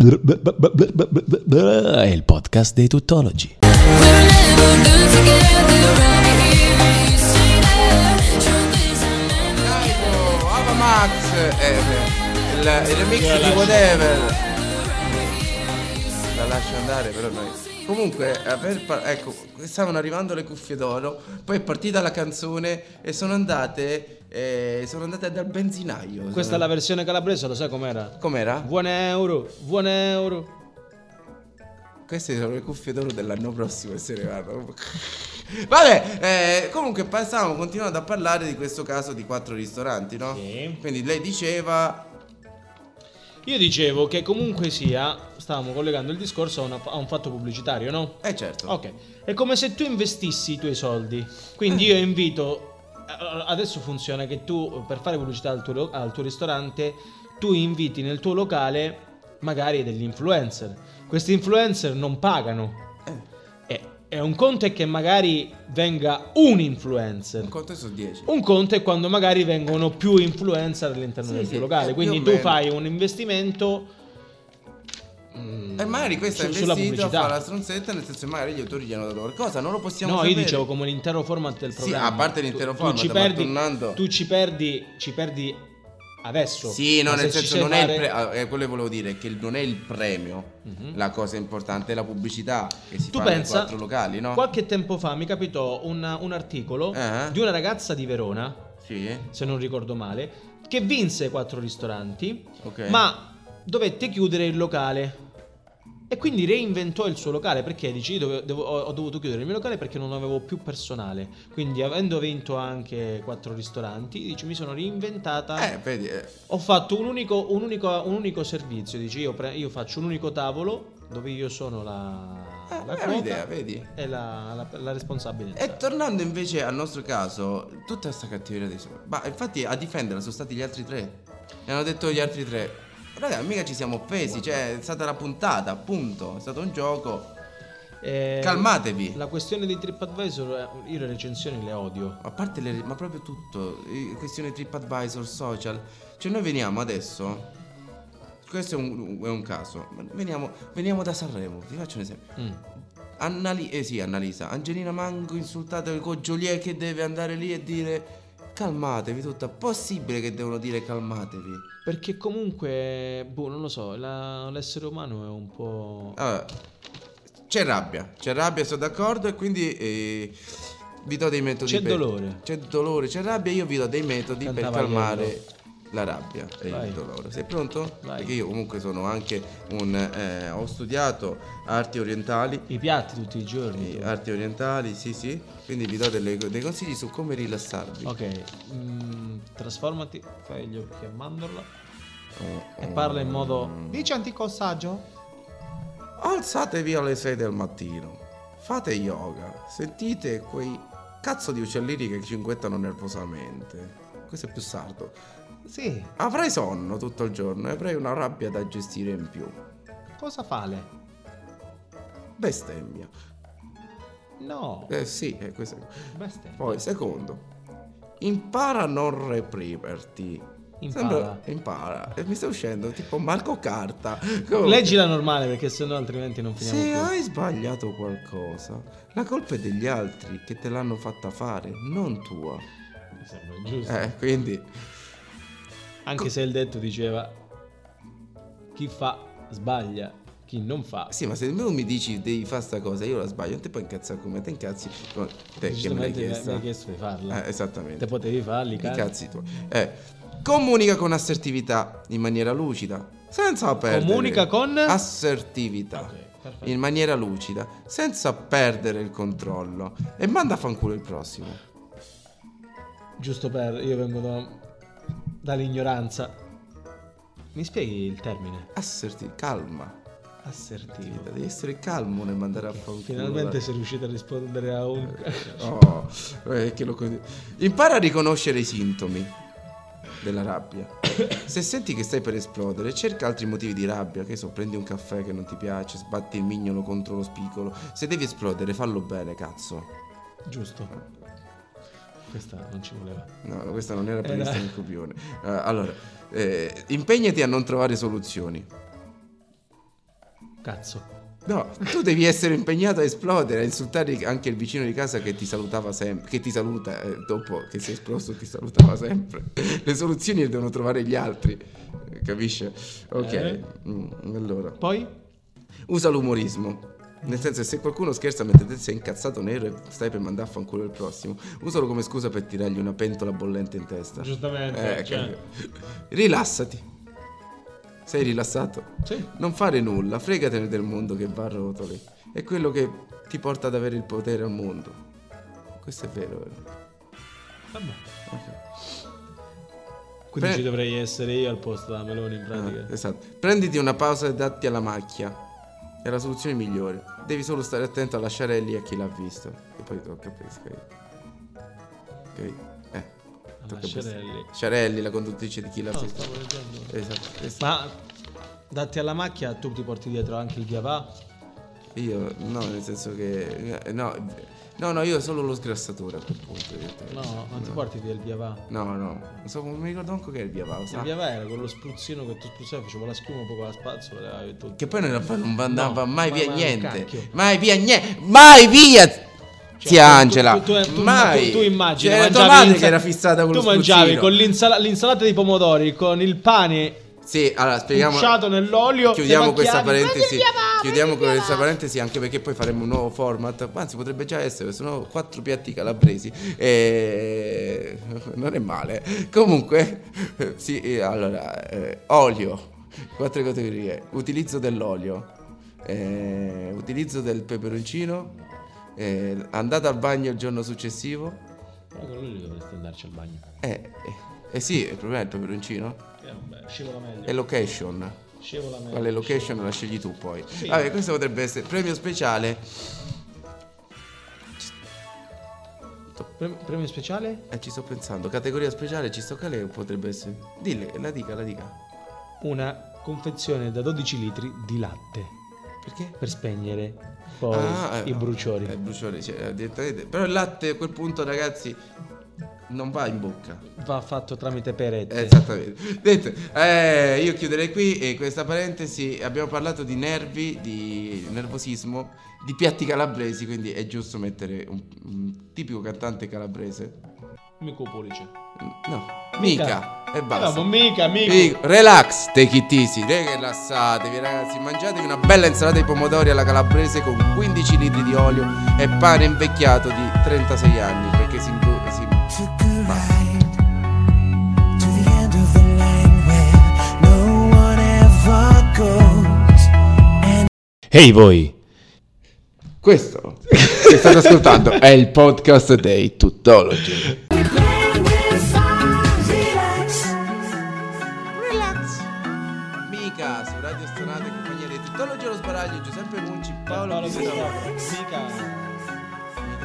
Speaker 1: è il podcast dei tuttologi.
Speaker 5: We're never good together over here. You say that, truth is I never
Speaker 3: Kaigo, Ava Max. eh, eh, il, il remix di Whatever. La lascio andare, però noi. Comunque, aver par- ecco, stavano arrivando le cuffie d'oro, poi è partita la canzone e sono andate. eh, sono andate dal benzinaio.
Speaker 4: Questa è la versione calabrese, lo sai com'era?
Speaker 3: Com'era?
Speaker 4: Buon euro, buon euro.
Speaker 3: Queste sono le cuffie d'oro dell'anno prossimo e se ne vanno. Vabbè, eh, comunque stavamo continuando a parlare di questo caso di quattro ristoranti, no?
Speaker 4: Sì.
Speaker 3: Quindi lei diceva...
Speaker 4: Io dicevo che comunque sia, stavamo collegando il discorso a, una- a un fatto pubblicitario, no?
Speaker 3: Eh certo.
Speaker 4: Ok, è come se tu investissi i tuoi soldi. Quindi io invito. allora, Adesso funziona che tu per fare pubblicità al tuo, lo- al tuo ristorante, tu inviti nel tuo locale magari degli influencer. Questi influencer non pagano.
Speaker 3: Eh.
Speaker 4: E, e un conto è che magari venga un influencer.
Speaker 3: Un conto è su 10.
Speaker 4: Un conto è quando magari vengono più influencer all'interno
Speaker 3: Sì,
Speaker 4: del tuo
Speaker 3: sì,
Speaker 4: locale.
Speaker 3: eh,
Speaker 4: Quindi
Speaker 3: più o
Speaker 4: tu
Speaker 3: meno.
Speaker 4: fai un investimento. mm,
Speaker 3: E magari questo è
Speaker 4: su- sulla
Speaker 3: investito a
Speaker 4: pubblicità.
Speaker 3: fare la stronzetta, nel senso che magari gli autori gli hanno dato qualcosa, non lo possiamo
Speaker 4: no,
Speaker 3: sapere.
Speaker 4: io dicevo come l'intero format del
Speaker 3: Sì,
Speaker 4: programma.
Speaker 3: a parte l'intero format, ma tornando-
Speaker 4: Tu ci perdi, ci perdi adesso.
Speaker 3: Sì, no,
Speaker 4: Ma
Speaker 3: nel
Speaker 4: se ci
Speaker 3: senso
Speaker 4: sai
Speaker 3: non è il pre-
Speaker 4: fare-
Speaker 3: ah, eh, quello che volevo dire, è che non è il premio
Speaker 4: Mhm.
Speaker 3: la cosa importante, è la pubblicità che si
Speaker 4: Tu
Speaker 3: fa nei
Speaker 4: pensa,
Speaker 3: quattro locali, no?
Speaker 4: qualche tempo fa mi capitò un, un articolo
Speaker 3: Eh.
Speaker 4: di una ragazza di Verona,
Speaker 3: Sì,
Speaker 4: se non ricordo male, che vinse quattro ristoranti,
Speaker 3: ok.
Speaker 4: ma dovette chiudere il locale. E quindi reinventò il suo locale perché dici io dove- devo- ho, ho dovuto chiudere il mio locale perché non avevo più personale. Quindi avendo vinto anche quattro ristoranti, dici mi sono reinventata
Speaker 3: Eh, vedi... eh.
Speaker 4: Ho fatto un unico, un unico- un unico servizio, dici io, pre- io faccio un unico tavolo dove io sono la,
Speaker 3: Eh,
Speaker 4: la
Speaker 3: è
Speaker 4: cuoca
Speaker 3: un'idea, vedi?
Speaker 4: e la, la, la responsabile.
Speaker 3: E tornando invece al nostro caso, tutta sta cattiveria dei soldi. Ma infatti a difenderla sono stati gli altri tre. E hanno detto gli altri tre. Raga, mica ci siamo offesi, cioè è stata la puntata, appunto. È stato un gioco.
Speaker 4: Eh,
Speaker 3: Calmatevi.
Speaker 4: La questione di TripAdvisor, eh, io le recensioni le odio.
Speaker 3: A parte le, ma proprio tutto, eh, questione TripAdvisor, social. Cioè noi veniamo adesso, questo è un, è un caso, ma veniamo, veniamo da Sanremo, vi faccio un esempio. Annali- eh sì, Annalisa, Angelina Mango insultata con Joliet che deve andare lì e dire calmatevi tutta, possibile che devono dire calmatevi?
Speaker 4: Perché comunque, boh, non lo so, la- l'essere umano è un po'...
Speaker 3: Allora, c'è rabbia, c'è rabbia, sono d'accordo e quindi eh, vi do dei metodi.
Speaker 4: C'è
Speaker 3: per-
Speaker 4: dolore.
Speaker 3: C'è dolore, c'è rabbia, io vi do dei metodi
Speaker 4: Cantava
Speaker 3: per calmare la rabbia e
Speaker 4: Vai.
Speaker 3: il dolore. Sei pronto?
Speaker 4: Vai.
Speaker 3: Perché io comunque sono anche un... eh, ho studiato arti orientali.
Speaker 4: I piatti tutti i giorni.
Speaker 3: eh,
Speaker 4: tu.
Speaker 3: Arti orientali, sì sì, quindi vi do delle- dei consigli su come rilassarvi.
Speaker 4: Ok, mm, trasformati, fai gli occhi a mandorla
Speaker 3: Eh,
Speaker 4: e parla in
Speaker 3: oh.
Speaker 4: modo...
Speaker 6: Dici antico saggio?
Speaker 3: Alzatevi alle 6 del mattino, fate yoga, sentite quei cazzo di uccellini che cinguettano nervosamente. Questo è più sardo.
Speaker 6: Sì.
Speaker 3: Avrai sonno tutto il giorno e avrai una rabbia da gestire in più.
Speaker 6: Cosa fa le?
Speaker 3: Bestemmia.
Speaker 4: No,
Speaker 3: Eh sì, è questo.
Speaker 4: bestia.
Speaker 3: Poi, secondo, impara a non reprimerti.
Speaker 4: Impara.
Speaker 3: impara. E mi sta uscendo tipo Marco Carta. Comunque-
Speaker 4: Leggila normale perché sennò altrimenti non finiamo
Speaker 3: Se
Speaker 4: più.
Speaker 3: hai sbagliato qualcosa, la colpa è degli altri che te l'hanno fatta fare, non tua.
Speaker 4: Mi sembra giusto.
Speaker 3: Eh, quindi Ecco.
Speaker 4: Anche se il detto diceva chi fa sbaglia, chi non fa.
Speaker 3: Sì, ma se tu mi dici devi fare sta cosa, io la sbaglio, non ti puoi incazzare come te incazzi con te che me l'hai
Speaker 4: Giustamente mi
Speaker 3: chiesta.
Speaker 4: hai chiesto di farla.
Speaker 3: Eh, esattamente.
Speaker 4: Te potevi farli,
Speaker 3: I
Speaker 4: cazzo.
Speaker 3: cazzi tuoi. Eh, comunica con assertività in maniera lucida, senza perdere.
Speaker 4: Comunica con?
Speaker 3: assertività.
Speaker 4: Ok, perfetto.
Speaker 3: in maniera lucida, senza perdere il controllo. E manda a fanculo il prossimo.
Speaker 4: Giusto per... Io vengo da- dall'ignoranza. Mi spieghi il termine?
Speaker 3: Asserti, calma.
Speaker 4: Assertivo.
Speaker 3: Devi essere calmo nel mandare a fanculo.
Speaker 4: Finalmente sei riuscito a rispondere a un...
Speaker 3: Oh, eh, che lo con- Impara a riconoscere i sintomi della rabbia. Se senti che stai per esplodere, cerca altri motivi di rabbia, che so, prendi un caffè che non ti piace, sbatti il mignolo contro lo spicolo. Se devi esplodere, fallo bene, cazzo.
Speaker 4: Giusto. Questa non ci voleva.
Speaker 3: No, no, questa non era prevista
Speaker 4: Era-
Speaker 3: nel copione. Eh, allora, eh, impegnati a non trovare soluzioni.
Speaker 4: Cazzo.
Speaker 3: No, tu devi essere impegnato a esplodere, a insultare anche il vicino di casa che ti salutava sempre, che ti saluta eh, dopo che sei esploso, ti salutava sempre. *laughs* Le soluzioni le devono trovare gli altri, eh, capisce? Ok,
Speaker 4: Eh.
Speaker 3: mm, allora.
Speaker 4: Poi?
Speaker 3: Usa l'umorismo. Nel senso, se qualcuno scherza mentre te sei incazzato nero e stai per mandare a fanculo il prossimo, usalo come scusa per tirargli una pentola bollente in testa.
Speaker 4: Giustamente,
Speaker 3: Eh,
Speaker 4: cioè.
Speaker 3: capito. Rilassati. Sei rilassato?
Speaker 4: Sì.
Speaker 3: Non fare nulla, fregatene del mondo che va a rotoli. È quello che ti porta ad avere il potere al mondo. Questo è vero, vero?
Speaker 4: Vabbè.
Speaker 3: Ok.
Speaker 4: Quindi
Speaker 3: Pre-
Speaker 4: ci dovrei essere io al posto della Meloni in pratica.
Speaker 3: Ah, esatto. Prenditi una pausa e datti alla macchia. È la soluzione migliore. Devi solo stare attento a lasciare lì a chi l'ha visto. E poi tocca a pescare. Ok? Eh. tocca a pesca.
Speaker 4: Sciarelli.
Speaker 3: Sciarelli, la conduttrice di chi l'ha
Speaker 4: No,
Speaker 3: visto.
Speaker 4: stavo leggendo.
Speaker 3: Esatto. esatto.
Speaker 4: Ma datti alla macchia, tu ti porti dietro anche il Gavà?
Speaker 3: Io, no, nel senso che. eh, No, no, no, io solo lo sgrassatore a quel punto. in realtà.
Speaker 4: No, non ti porti via il Gavà.
Speaker 3: No, no, non so, non mi ricordo anche che è il via Pausa.
Speaker 4: Il Gavà era quello spruzzino che tu spruzzavi, facevo la schiuma un po' con la spazzola e tutto.
Speaker 3: Ah, Che poi non era- non andava
Speaker 4: No,
Speaker 3: mai
Speaker 4: ma-
Speaker 3: via
Speaker 4: ma un
Speaker 3: niente.
Speaker 4: cacchio.
Speaker 3: Mai via niente. Mai via!
Speaker 4: Cioè,
Speaker 3: Tia Angela,
Speaker 4: tu, tu, tu, tu-
Speaker 3: mai.
Speaker 4: tu immagini
Speaker 3: C'era tua
Speaker 4: mangiavi
Speaker 3: madre
Speaker 4: l'insa-
Speaker 3: che era fissata con
Speaker 4: tu
Speaker 3: lo
Speaker 4: mangiavi
Speaker 3: spruzzino.
Speaker 4: con l'insala- l'insalata di pomodori con il pane Eh,
Speaker 3: Sì, allora spieghiamo.
Speaker 4: cucciato nell'olio
Speaker 3: Chiudiamo
Speaker 4: le
Speaker 3: questa
Speaker 4: macchiate.
Speaker 3: parentesi. Chiudiamo questa parentesi anche perché poi faremo un nuovo format. Anzi, potrebbe già essere, sono quattro piatti calabresi. E... *laughs* Non è male. Comunque, *laughs* sì, eh, allora, eh, olio, quattro categorie. Utilizzo dell'olio, eh, utilizzo del peperoncino, eh, andata al bagno il giorno successivo.
Speaker 4: Però con lui dovresti andarci al bagno.
Speaker 3: Eh, eh, eh sì, il problema è il peperoncino.
Speaker 4: Eh, vabbè, scivola meglio.
Speaker 3: E location.
Speaker 4: Scivola meglio.
Speaker 3: Quale location la scegli tu poi.
Speaker 4: Sì.
Speaker 3: Vabbè, questo potrebbe essere premio speciale.
Speaker 4: Prem- premio speciale?
Speaker 3: Eh, ci sto pensando. Categoria speciale, ci sto calendo, potrebbe essere. Dille, la dica, la dica.
Speaker 4: Una confezione da 12 litri di latte.
Speaker 3: Perché?
Speaker 4: per spegnere poi
Speaker 3: Ah, eh,
Speaker 4: i bruciori.
Speaker 3: eh, I bruciori, cioè, direttamente. Però il latte a quel punto, ragazzi, non va in bocca.
Speaker 4: Va fatto tramite
Speaker 3: Eh,
Speaker 4: perette.
Speaker 3: Esattamente. Detto, eh, io chiuderei qui eh, questa parentesi. Abbiamo parlato di nervi, di nervosismo, di piatti calabresi, quindi è giusto mettere un, un tipico cantante calabrese.
Speaker 4: Mico police.
Speaker 3: No,
Speaker 4: Mica.
Speaker 3: mica. E
Speaker 4: Eh, vabbè,
Speaker 3: basta.
Speaker 4: mica, mica.
Speaker 3: Figo. Relax, take it easy, rilassatevi ragazzi, mangiatevi una bella insalata di pomodori alla calabrese con 15 litri di olio e pane invecchiato di 36 anni perché si... imbu- si...
Speaker 7: took a ride to the end of the line where no one ever goes. And
Speaker 1: Ehi voi!
Speaker 3: Questo che state ascoltando è il podcast dei Tuttologi.
Speaker 5: We play with fire, relax.
Speaker 3: Relax. Mica su Radio Stonata e compagnia di Tuttologi allo sbaraglio Giuseppe Munci, Paolo,
Speaker 4: Paolo
Speaker 3: Pistone.
Speaker 4: Pistone. Mica.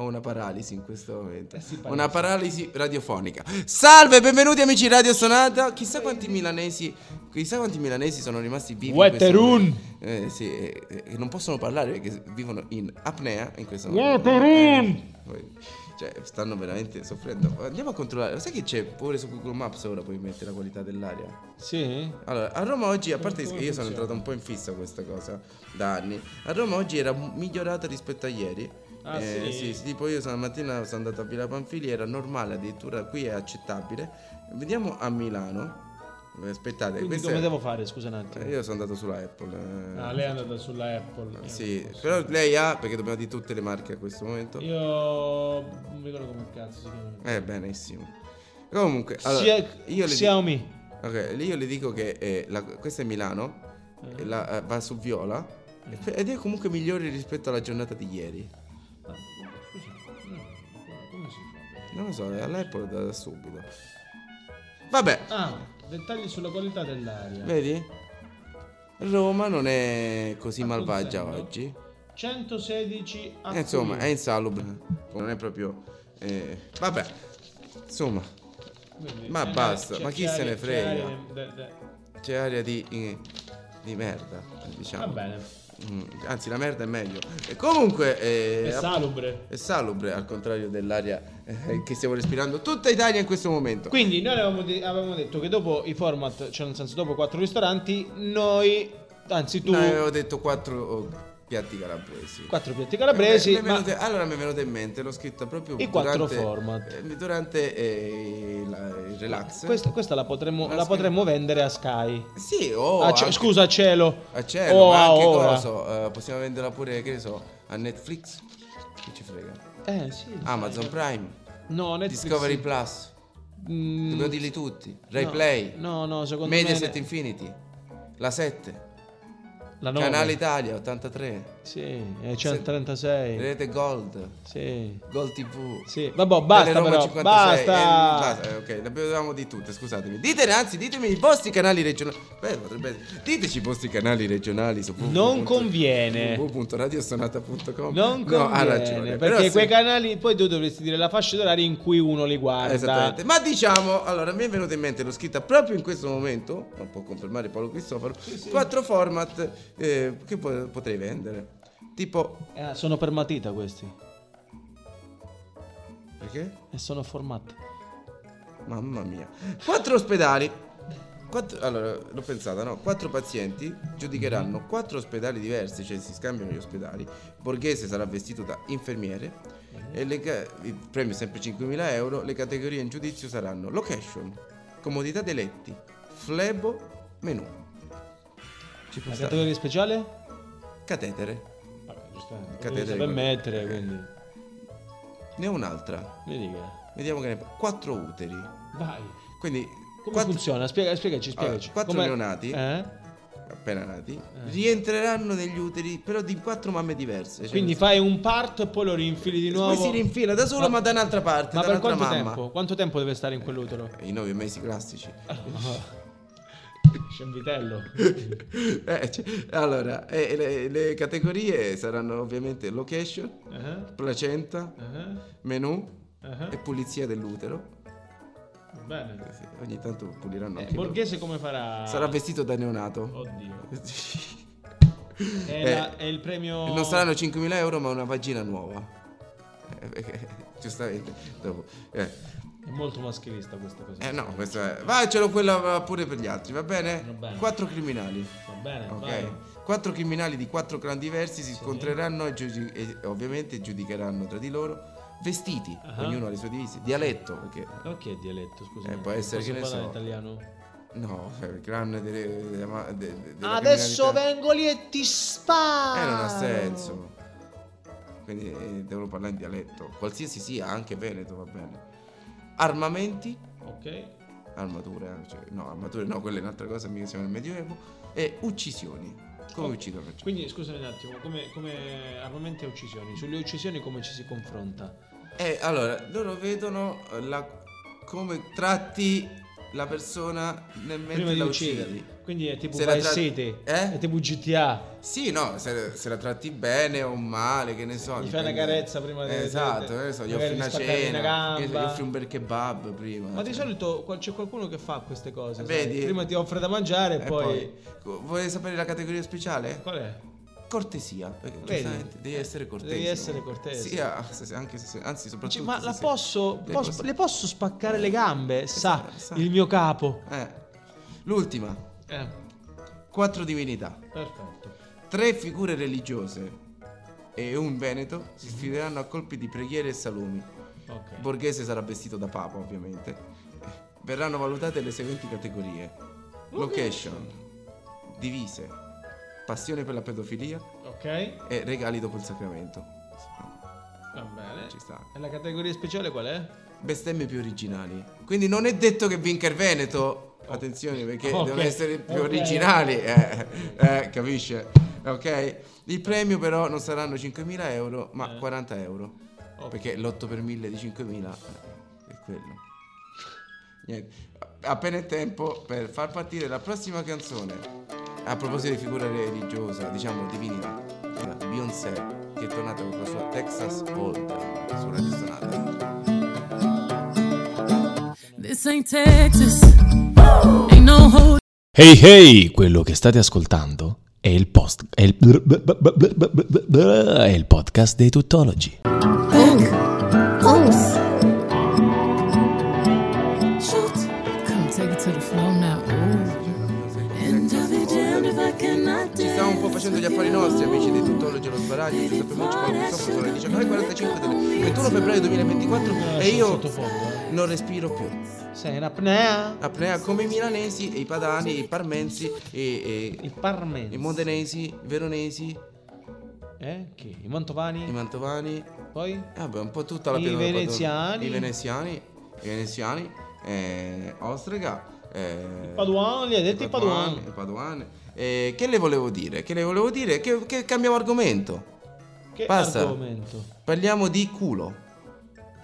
Speaker 3: Ho una paralisi in questo momento.
Speaker 4: Eh sì, paralisi.
Speaker 3: una paralisi radiofonica. Salve, benvenuti amici di Radio Sonata. Chissà quanti milanesi chissà quanti milanesi sono rimasti vivi in questo
Speaker 4: Weterun.
Speaker 3: momento. Eh sì, eh, eh, che non possono parlare perché vivono in apnea in questo momento. Eh, poi- Cioè, stanno veramente soffrendo. Andiamo a controllare. Sai che c'è pure su Google Maps ora puoi mettere la qualità dell'aria?
Speaker 4: Sì?
Speaker 3: Allora, a Roma oggi, a parte che io sono entrato un po' in fissa con questa cosa da anni, a Roma oggi era migliorata rispetto a ieri.
Speaker 4: Ah,
Speaker 3: Eh,
Speaker 4: sì?
Speaker 3: tipo io stamattina sono andato a Villa Panfili, era normale, addirittura qui è accettabile. Vediamo a Milano. Eh, Aspettate,
Speaker 4: Quindi
Speaker 3: questa
Speaker 4: come
Speaker 3: è-
Speaker 4: devo fare? Scusa un attimo.
Speaker 3: eh, Io sono andato sulla Apple. eh.
Speaker 8: Ah, lei è andata sulla Apple. Eh,
Speaker 3: sì,
Speaker 8: non posso.
Speaker 3: però lei ha, perché dobbiamo di tutte le marche a questo momento.
Speaker 8: Io non mi ricordo come cazzo si chiama.
Speaker 3: Eh, benissimo. Comunque, allora,
Speaker 4: Xia-
Speaker 3: io le dico-
Speaker 4: Xiaomi.
Speaker 3: Ok, lì io le dico che eh, la- questa è Milano, e
Speaker 8: Mm.
Speaker 3: la- eh, va su viola e- ed è comunque migliore rispetto alla giornata di ieri.
Speaker 8: Eh, Come si fa?
Speaker 3: Non lo so, è all'Apple da, da subito. Vabbè,
Speaker 8: Ah, dettagli sulla qualità dell'aria.
Speaker 3: vedi? Roma non è
Speaker 8: Ah,
Speaker 3: così malvagia
Speaker 8: Appunto,
Speaker 3: oggi.
Speaker 8: 116 a
Speaker 3: Eh, insomma, è
Speaker 8: Torino.
Speaker 3: insalubre. Non è proprio... eh, vabbè, insomma,
Speaker 8: Quindi
Speaker 3: ma
Speaker 8: c'è
Speaker 3: basta,
Speaker 8: aria-
Speaker 3: ma
Speaker 8: c'è
Speaker 3: chi se
Speaker 8: aria-
Speaker 3: ne
Speaker 8: c'è
Speaker 3: frega?
Speaker 8: aria de- de-
Speaker 3: c'è aria di... eh, di merda, diciamo.
Speaker 8: Va bene.
Speaker 3: Mm, anzi, la merda è meglio. E comunque... eh,
Speaker 8: È
Speaker 3: app-
Speaker 8: salubre.
Speaker 3: è salubre al contrario dell'aria eh, che stiamo respirando tutta Italia in questo momento.
Speaker 4: Quindi noi avevamo, de- avevamo detto che dopo i format, cioè nel senso dopo quattro ristoranti, noi, anzi tu,
Speaker 3: No, avevo detto quattro oh, piatti calabresi.
Speaker 4: quattro piatti calabresi,
Speaker 3: Eh, mi è
Speaker 4: ma
Speaker 3: venuto- Allora mi è venuto in mente, l'ho scritta proprio
Speaker 4: I
Speaker 3: durante,
Speaker 4: quattro format.
Speaker 3: eh, durante eh, la- il relax.
Speaker 4: questa, questa la, potremmo,
Speaker 3: Ma
Speaker 4: la
Speaker 3: sì.
Speaker 4: potremmo vendere a Sky.
Speaker 3: Sì, oh,
Speaker 4: Ah, ce-
Speaker 3: anche-
Speaker 4: Scusa, a cielo.
Speaker 3: A cielo,
Speaker 4: Oh,
Speaker 3: ma
Speaker 4: a
Speaker 3: anche
Speaker 4: ora.
Speaker 3: coso, eh, possiamo venderla pure, che ne so, a Netflix. Che ci frega.
Speaker 4: Eh sì.
Speaker 3: Amazon Prime,
Speaker 4: No, Netflix.
Speaker 3: Ah, Discovery
Speaker 4: sì.
Speaker 3: Plus,
Speaker 4: Mm,
Speaker 3: dobbiamo dirli tutti. Rai
Speaker 4: no.
Speaker 3: Play,
Speaker 4: No, no, secondo
Speaker 3: Mediaset
Speaker 4: me...
Speaker 3: Infinity, La 7.
Speaker 4: La nove.
Speaker 3: Canale Italia 83,
Speaker 4: Sì, e 136.
Speaker 3: Rete Gold,
Speaker 4: Sì.
Speaker 3: Gold TV.
Speaker 4: Sì, vabbè, basta
Speaker 3: Teleroma
Speaker 4: però,
Speaker 3: 56,
Speaker 4: basta.
Speaker 3: eh, basta, eh, ok, ne avevamo di tutte, scusatemi. Ditene, anzi, ditemi i vostri canali regionali. Beh, potrebbe essere- Diteci i vostri canali regionali su www.
Speaker 4: Non conviene.
Speaker 3: www.radiosonata.com.
Speaker 4: Non
Speaker 3: No, ha
Speaker 4: conviene,
Speaker 3: ragione. però
Speaker 4: perché
Speaker 3: se-
Speaker 4: quei canali poi tu dovresti dire la fascia d'orario in cui uno li guarda.
Speaker 3: Esattamente. Ma diciamo, allora mi è venuta in mente, l'ho scritta proprio in questo momento, ma può confermare Paolo Cristoforo, quattro format eh, che po- potrei vendere. Tipo,
Speaker 4: Eh, sono per matita questi.
Speaker 3: perché?
Speaker 4: E sono format.
Speaker 3: Mamma mia. Quattro ospedali. Quattro- allora, l'ho pensata, no? Quattro pazienti giudicheranno quattro ospedali diversi, cioè si scambiano gli ospedali. Borghese sarà vestito da infermiere.
Speaker 4: Mhm.
Speaker 3: E le ca- il premio è sempre 5.000 euro. Le categorie in giudizio saranno location, comodità dei letti, flebo, menù. Ci può
Speaker 4: La
Speaker 3: stare.
Speaker 4: categoria speciale?
Speaker 3: Catetere.
Speaker 8: Vabbè, giustamente.
Speaker 4: Lo
Speaker 3: Catetere.
Speaker 4: saper mettere, quindi.
Speaker 3: Ne ho un'altra.
Speaker 4: Mi dica.
Speaker 3: Vediamo che ne Quattro uteri.
Speaker 8: Vai.
Speaker 3: Quindi...
Speaker 4: Come
Speaker 3: quattro-
Speaker 4: funziona? Spiega- spiegaci,
Speaker 3: Allora,
Speaker 4: spiegaci.
Speaker 3: quattro
Speaker 4: Come-
Speaker 3: neonati.
Speaker 4: Eh?
Speaker 3: appena nati, rientreranno negli uteri, però di quattro mamme diverse. Cioè,
Speaker 4: Quindi fai un parto e poi lo rinfili di nuovo.
Speaker 3: poi si rinfila da solo, ma, da un'altra parte.
Speaker 4: Ma
Speaker 3: da
Speaker 4: per
Speaker 3: un'altra
Speaker 4: quanto
Speaker 3: mamma.
Speaker 4: tempo? Ah, Quanto tempo deve stare in
Speaker 3: *laughs*
Speaker 4: quell'utero?
Speaker 3: I nove mesi classici.
Speaker 8: Scembitello.
Speaker 3: *laughs* Eh, cioè, allora, eh, le, le categorie saranno ovviamente location,
Speaker 8: Eh,
Speaker 3: placenta,
Speaker 8: eh,
Speaker 3: menù
Speaker 8: eh.
Speaker 3: e pulizia dell'utero.
Speaker 8: Bene.
Speaker 3: Eh, Sì, ogni tanto puliranno
Speaker 4: Eh,
Speaker 3: anche loro.
Speaker 4: Borghese come farà?
Speaker 3: Sarà vestito da neonato.
Speaker 8: Oddio.
Speaker 4: È,
Speaker 3: Eh,
Speaker 4: la- è il
Speaker 3: *laughs*
Speaker 4: premio...
Speaker 3: Non saranno 5.000 euro, ma una vagina nuova. Eh, perché, giustamente, dopo. Eh,
Speaker 4: È molto maschilista questa cosa.
Speaker 3: eh, no, questa è... Vaccelo quella pure per gli altri, va bene?
Speaker 8: Va bene.
Speaker 3: Quattro criminali.
Speaker 8: Va bene, Eh, vai.
Speaker 3: Ok. Quattro criminali di quattro clan diversi si scontreranno e, giudici- e ovviamente giudicheranno tra di loro vestiti,
Speaker 8: Ah.
Speaker 3: ognuno ha le sue divise, dialetto, perché
Speaker 4: Perché dialetto, scusa?
Speaker 3: Eh, può essere che ne so.
Speaker 4: italiano?
Speaker 3: no, è il clan delle, della- de- de- della
Speaker 6: Adesso
Speaker 3: criminalità.
Speaker 6: vengo lì e ti sparo.
Speaker 3: Eh, non ha senso. Quindi eh, devono parlare in dialetto, qualsiasi sia, anche Veneto va bene. Armamenti,
Speaker 8: Ok.
Speaker 3: armature, eh, cioè, no, armature no, quella è un'altra cosa, mica siamo nel Medioevo, e uccisioni. Come
Speaker 8: Ok.
Speaker 3: uccidono? Cioè,
Speaker 8: Quindi scusami un attimo, come, come armamenti e uccisioni? Su-
Speaker 4: Sulle uccisioni come ci si confronta?
Speaker 3: Eh, allora, loro vedono eh, la- come tratti la persona nel mentre
Speaker 4: Prima di
Speaker 3: la
Speaker 4: ucciderli.
Speaker 3: uccidi.
Speaker 4: Quindi è tipo
Speaker 3: Se la
Speaker 4: Vice
Speaker 3: tra-
Speaker 4: City.
Speaker 3: Eh?
Speaker 4: È tipo GTA.
Speaker 3: Sì, no, se, se la tratti bene o male, che ne so.
Speaker 4: Gli fai una
Speaker 3: dipende.
Speaker 4: carezza prima di-
Speaker 3: Esatto, che ne so, gli
Speaker 4: magari
Speaker 3: offri
Speaker 4: gli
Speaker 3: una
Speaker 4: spaccavi una
Speaker 3: cena, gli gli
Speaker 4: gamba.
Speaker 3: offri un bel kebab prima.
Speaker 4: Ma di
Speaker 3: cioè.
Speaker 4: solito qual- c'è qualcuno che fa queste cose. sai?
Speaker 3: Vedi? Eh,
Speaker 4: Prima ti offre da mangiare e,
Speaker 3: E
Speaker 4: poi...
Speaker 3: Co- Vuoi sapere la categoria speciale?
Speaker 4: Qual è?
Speaker 3: Cortesia, perché
Speaker 4: Vedi?
Speaker 3: giustamente devi essere cortese.
Speaker 4: Devi essere cortese.
Speaker 3: Sì, ah, se- se- anche se- se- anzi
Speaker 4: Dici,
Speaker 3: soprattutto
Speaker 4: ma
Speaker 3: se
Speaker 4: la
Speaker 3: sei-
Speaker 4: posso,
Speaker 3: le
Speaker 4: posso-
Speaker 3: posso-
Speaker 4: Le posso spaccare le gambe? Sa,
Speaker 3: sa.
Speaker 4: il mio capo.
Speaker 3: Eh. L'ultima,
Speaker 8: Eh,
Speaker 3: quattro divinità.
Speaker 8: perfetto.
Speaker 3: Tre figure religiose e un veneto si sfideranno a colpi di preghiere e salumi.
Speaker 8: Ok.
Speaker 3: Borghese sarà vestito da papa, ovviamente. Verranno valutate le seguenti categorie: location, divise, passione per la pedofilia
Speaker 8: Ok.
Speaker 3: e regali dopo il sacramento.
Speaker 8: Va bene.
Speaker 3: Ci sta.
Speaker 4: E la categoria speciale qual è?
Speaker 3: Bestemmie più originali. Quindi non è detto che vinca il Veneto. Attenzione perché
Speaker 8: Ok.
Speaker 3: devono essere più
Speaker 8: Ok.
Speaker 3: originali, eh, eh, capisce? Ok? Il premio però non saranno 5.000 euro, ma 40 euro.
Speaker 8: Eh. Ok.
Speaker 3: Perché l'8 per 1000 di 5.000 eh, è quello. Niente. Appena è tempo per far partire la prossima canzone. A proposito di figura religiosa, diciamo divinità, Beyoncé, che è tornata con la sua Texas Hold su Radio Stonata.
Speaker 5: This ain't Texas. Ain't no hold.
Speaker 1: Hey hey, quello che state ascoltando è il post è il, è il podcast dei tuttologi.
Speaker 5: Shoot. Come take it to the floor now. And I'll be damned if I cannot
Speaker 3: Ci stiamo un po' facendo gli affari nostri, amici di Tuttologi e lo sbaraglio, senza premucci, Paolo Cristoforo, sono le 19.45 del 21 febbraio
Speaker 4: Eh,
Speaker 3: 2024 e io non respiro più.
Speaker 4: Sei in apnea?
Speaker 3: Apnea come i milanesi, e i padani, i parmensi, e, e-
Speaker 4: I parmensi.
Speaker 3: i montenesi, i veronesi,
Speaker 4: Eh? Chi? I
Speaker 3: i
Speaker 4: mantovani?
Speaker 3: mantovani,
Speaker 4: Poi?
Speaker 3: e vabbè, un po' tutta la
Speaker 4: I
Speaker 3: pianura padana.
Speaker 4: veneziani.
Speaker 3: I veneziani, i veneziani, eh, Ostrega, eh,
Speaker 4: Paduani, hai detto i paduani.
Speaker 3: i paduani. Eh, che le volevo dire? Che le volevo dire? Che, che cambiamo argomento.
Speaker 4: Che
Speaker 3: Basta.
Speaker 4: argomento?
Speaker 3: Parliamo di culo.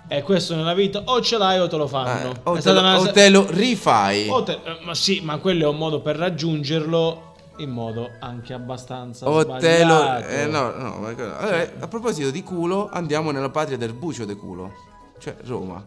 Speaker 4: Eh, questo nella vita o ce l'hai o te lo
Speaker 3: Ah,
Speaker 4: fanno. È
Speaker 3: o, te
Speaker 4: stata
Speaker 3: lo,
Speaker 4: una-
Speaker 3: o te lo rifai.
Speaker 4: o te- eh, Ma sì, ma quello è un modo per raggiungerlo in modo anche abbastanza
Speaker 3: O te lo.
Speaker 4: sbagliato.
Speaker 3: eh, no, no, ma quello- allora, a proposito di culo, andiamo nella patria del bucio de culo, cioè Roma.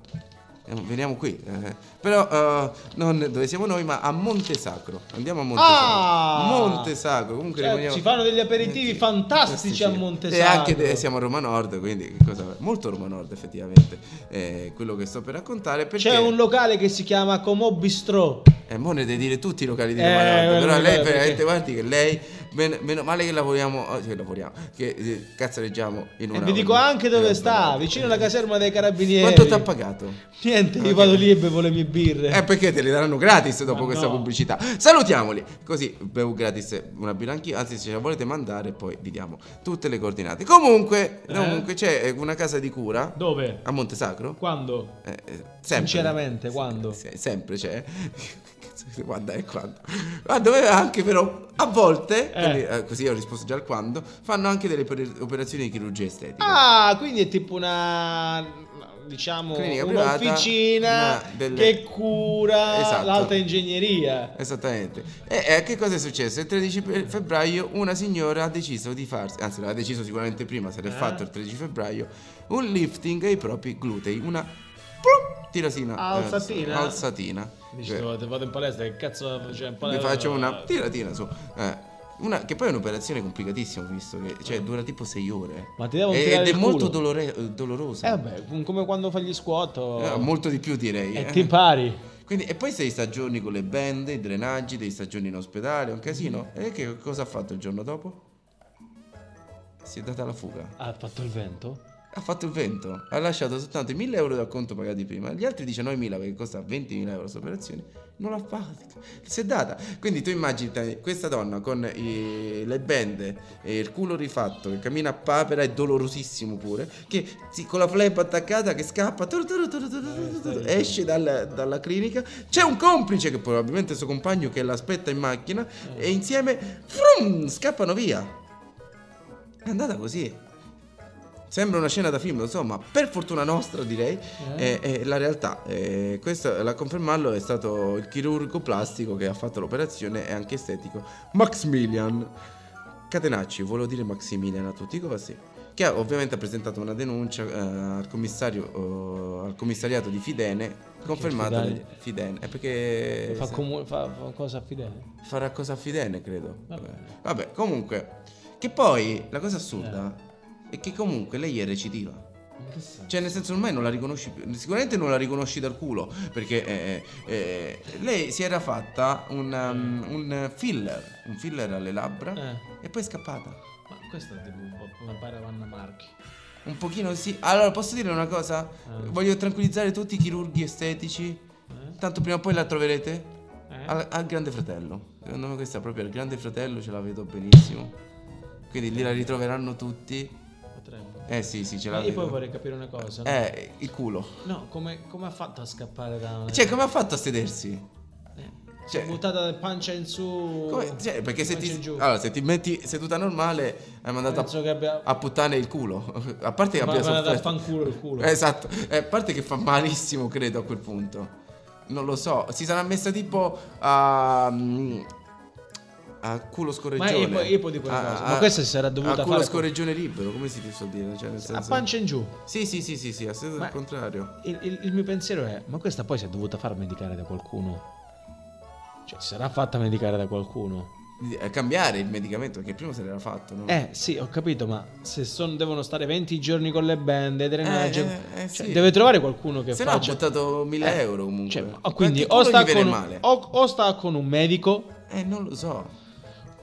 Speaker 3: Eh, Veniamo qui, eh. però eh, non dove siamo noi, ma a Monte Sacro. Andiamo a Monte
Speaker 4: Ah!
Speaker 3: Sacro. Monte Sacro, comunque
Speaker 4: Cioè,
Speaker 3: rimaniamo- Eh,
Speaker 4: ci fanno degli aperitivi fantastici a Monte Sacro.
Speaker 3: E anche de- siamo a Roma Nord, quindi che cosa- molto Roma Nord effettivamente. eh, quello che sto per raccontare perché
Speaker 4: C'è un locale che si chiama Comò Bistrò.
Speaker 3: Eh, mo ne devi dire tutti i locali di
Speaker 4: Eh,
Speaker 3: Roma Nord,
Speaker 4: quello
Speaker 3: però
Speaker 4: mi
Speaker 3: lei
Speaker 4: pare,
Speaker 3: veramente
Speaker 4: perché-
Speaker 3: guardi che lei, men- meno male che lavoriamo, oh, che lavoriamo, che eh, cazzareggiamo in
Speaker 4: E
Speaker 3: una
Speaker 4: vi dico
Speaker 3: ogni-
Speaker 4: anche dove
Speaker 3: eh,
Speaker 4: sta,
Speaker 3: vabbè.
Speaker 4: vicino alla caserma dei carabinieri.
Speaker 3: Quanto ti ha pagato?
Speaker 4: Niente, io vado lì e bevo le mie birre.
Speaker 3: Eh perché te le daranno gratis dopo
Speaker 8: Ma
Speaker 3: questa
Speaker 8: no.
Speaker 3: pubblicità. Salutiamoli, così bevo gratis una birra anch'io, anzi se la volete mandare poi vi diamo tutte le coordinate. Comunque, comunque c'è eh, una casa di cura
Speaker 8: Dove?
Speaker 3: a Monte Sacro.
Speaker 8: Quando?
Speaker 3: Eh, eh, sempre.
Speaker 4: Sinceramente, quando?
Speaker 3: Se- sempre c'è. *laughs* Quando è quando? Ma doveva anche però a volte,
Speaker 8: Eh.
Speaker 3: quindi, eh, così ho risposto già al quando, fanno anche delle oper- operazioni di chirurgia estetica.
Speaker 4: Ah, quindi è tipo una diciamo
Speaker 3: Clinica privata,
Speaker 4: un'officina
Speaker 3: una delle-
Speaker 4: che cura
Speaker 3: Esatto.
Speaker 4: l'alta ingegneria.
Speaker 3: Esattamente. E eh, che cosa è successo? Il 13 pe- febbraio una signora ha deciso di farsi, anzi l'ha deciso sicuramente
Speaker 4: Eh.
Speaker 3: prima, se l'è fatto il 13 febbraio, un lifting ai propri glutei, una... plop, tiratina. eh,
Speaker 4: Alzatina?
Speaker 3: alzatina.
Speaker 4: Dici,
Speaker 3: Eh,
Speaker 4: vado vado in palestra, che cazzo faccio in
Speaker 3: Vi
Speaker 4: palestra?
Speaker 3: faccio una tiratina su. Eh, Una, che poi è un'operazione complicatissima, visto che cioè, dura tipo 6 ore.
Speaker 4: Ma ti devo
Speaker 3: E-
Speaker 4: tirare
Speaker 3: Ed è
Speaker 4: il
Speaker 3: molto
Speaker 4: culo.
Speaker 3: dolore- eh, dolorosa.
Speaker 4: Eh vabbè, com- come quando fai gli squat o-
Speaker 3: Eh, molto di più direi.
Speaker 4: e
Speaker 3: eh.
Speaker 4: ti impari.
Speaker 3: Quindi- e poi sei stagioni con le bende, i drenaggi, dei stagioni in ospedale, è un casino. E che cosa ha fatto il giorno dopo? Si è data la fuga.
Speaker 4: Ha fatto il vento?
Speaker 3: Ha fatto il vento, ha lasciato soltanto i 1000 euro dal conto pagati prima, gli altri 19.000 perché costa 20.000 euro questa operazione, non l'ha fatta, si è data. Quindi tu immagini questa donna con i- le bende e il culo rifatto che cammina a papera, è dolorosissimo pure, che si- con la flebba attaccata che scappa, tru- tru- tru- tru- tru- tru- tru- esce dalla, dalla clinica, c'è un complice che probabilmente è il suo compagno che l'aspetta in macchina e insieme frum, scappano via. È andata così. Sembra una scena da film, lo so, ma per fortuna nostra direi è, è la realtà. Eh, questo, a confermarlo è stato il chirurgo plastico che ha fatto l'operazione e anche estetico Maximilian Catenacci, volevo dire Maximilian a tutti i costi, che ha ovviamente presentato una denuncia eh, al, commissario, eh, al commissariato di Fidene, confermata
Speaker 4: Fidene?
Speaker 3: da Fidene, è perché
Speaker 4: fa,
Speaker 3: se-
Speaker 4: comu- fa, fa cosa a Fidele?
Speaker 3: farà cosa a Fidene, credo.
Speaker 4: Vabbè.
Speaker 3: Vabbè. comunque, che poi la cosa assurda è che comunque lei è recidiva. Cioè, nel senso, ormai non la riconosci più. Sicuramente non la riconosci dal culo. Perché eh, eh, lei si era fatta un, um, un filler. Un filler alle labbra.
Speaker 4: Eh.
Speaker 3: E poi è scappata.
Speaker 4: Ma questo è tipo un po' come pare Vanna Marchi.
Speaker 3: Un pochino sì. Allora, posso dire una cosa?
Speaker 4: Eh.
Speaker 3: Voglio tranquillizzare tutti i chirurghi estetici. Tanto prima o poi la troverete.
Speaker 4: Eh.
Speaker 3: Al, al Grande Fratello. Secondo me questa è proprio al Grande Fratello ce la vedo benissimo. Quindi lì la ritroveranno tutti.
Speaker 4: Potrebbe.
Speaker 3: Eh sì, sì, ce la
Speaker 4: Ma io
Speaker 3: vedo.
Speaker 4: poi vorrei capire una cosa. no?
Speaker 3: Eh, il culo.
Speaker 4: No, come, come ha fatto a scappare da una... Eh,
Speaker 3: Cioè, come ha fatto a sedersi? Cioè,
Speaker 4: buttata pancia in su...
Speaker 3: come- cioè, perché se
Speaker 4: pancia
Speaker 3: ti,
Speaker 4: in Oh, giù.
Speaker 3: allora, se ti metti seduta normale hai mandato
Speaker 4: Penso che
Speaker 3: a,
Speaker 4: abbia-
Speaker 3: a puttane il culo. *laughs* A parte che
Speaker 4: Ma
Speaker 3: abbia
Speaker 4: guarda,
Speaker 3: sofferto.
Speaker 4: fanculo il culo.
Speaker 3: Eh, Esatto, Eh, a parte che fa malissimo, credo, a quel punto. Non lo so, si sarà messa tipo a. mm, a culo scorreggione.
Speaker 4: Ma io poi- io poi dico una
Speaker 3: A-
Speaker 4: cosa,
Speaker 3: a-
Speaker 4: ma questa si sarà dovuta
Speaker 3: A culo
Speaker 4: fare-
Speaker 3: scorreggione libero, come si può dire? Cioè, nel
Speaker 4: A
Speaker 3: senso-
Speaker 4: pancia in giù.
Speaker 3: Sì, sì, sì, sì, sì, a senso
Speaker 4: Ma-
Speaker 3: al contrario.
Speaker 4: Il, il- il mio pensiero è, ma questa poi si è dovuta far medicare da qualcuno? Cioè, si sarà fatta medicare da qualcuno?
Speaker 3: Eh, Cambiare il medicamento, perché prima se l'era fatto, no?
Speaker 4: Eh sì, ho capito, ma se son- devono stare 20 giorni con le bende, i drenaggi,
Speaker 3: eh, eh,
Speaker 4: cioè,
Speaker 3: sì.
Speaker 4: deve trovare qualcuno che
Speaker 3: Se no ha
Speaker 4: faccia...
Speaker 3: buttato 1000
Speaker 4: Eh,
Speaker 3: euro comunque.
Speaker 4: cioè,
Speaker 3: Ma
Speaker 4: o quindi
Speaker 3: anche
Speaker 4: o
Speaker 3: quello
Speaker 4: sta,
Speaker 3: gli viene
Speaker 4: con,
Speaker 3: male.
Speaker 4: o- o sta con un medico,
Speaker 3: Eh, non lo so.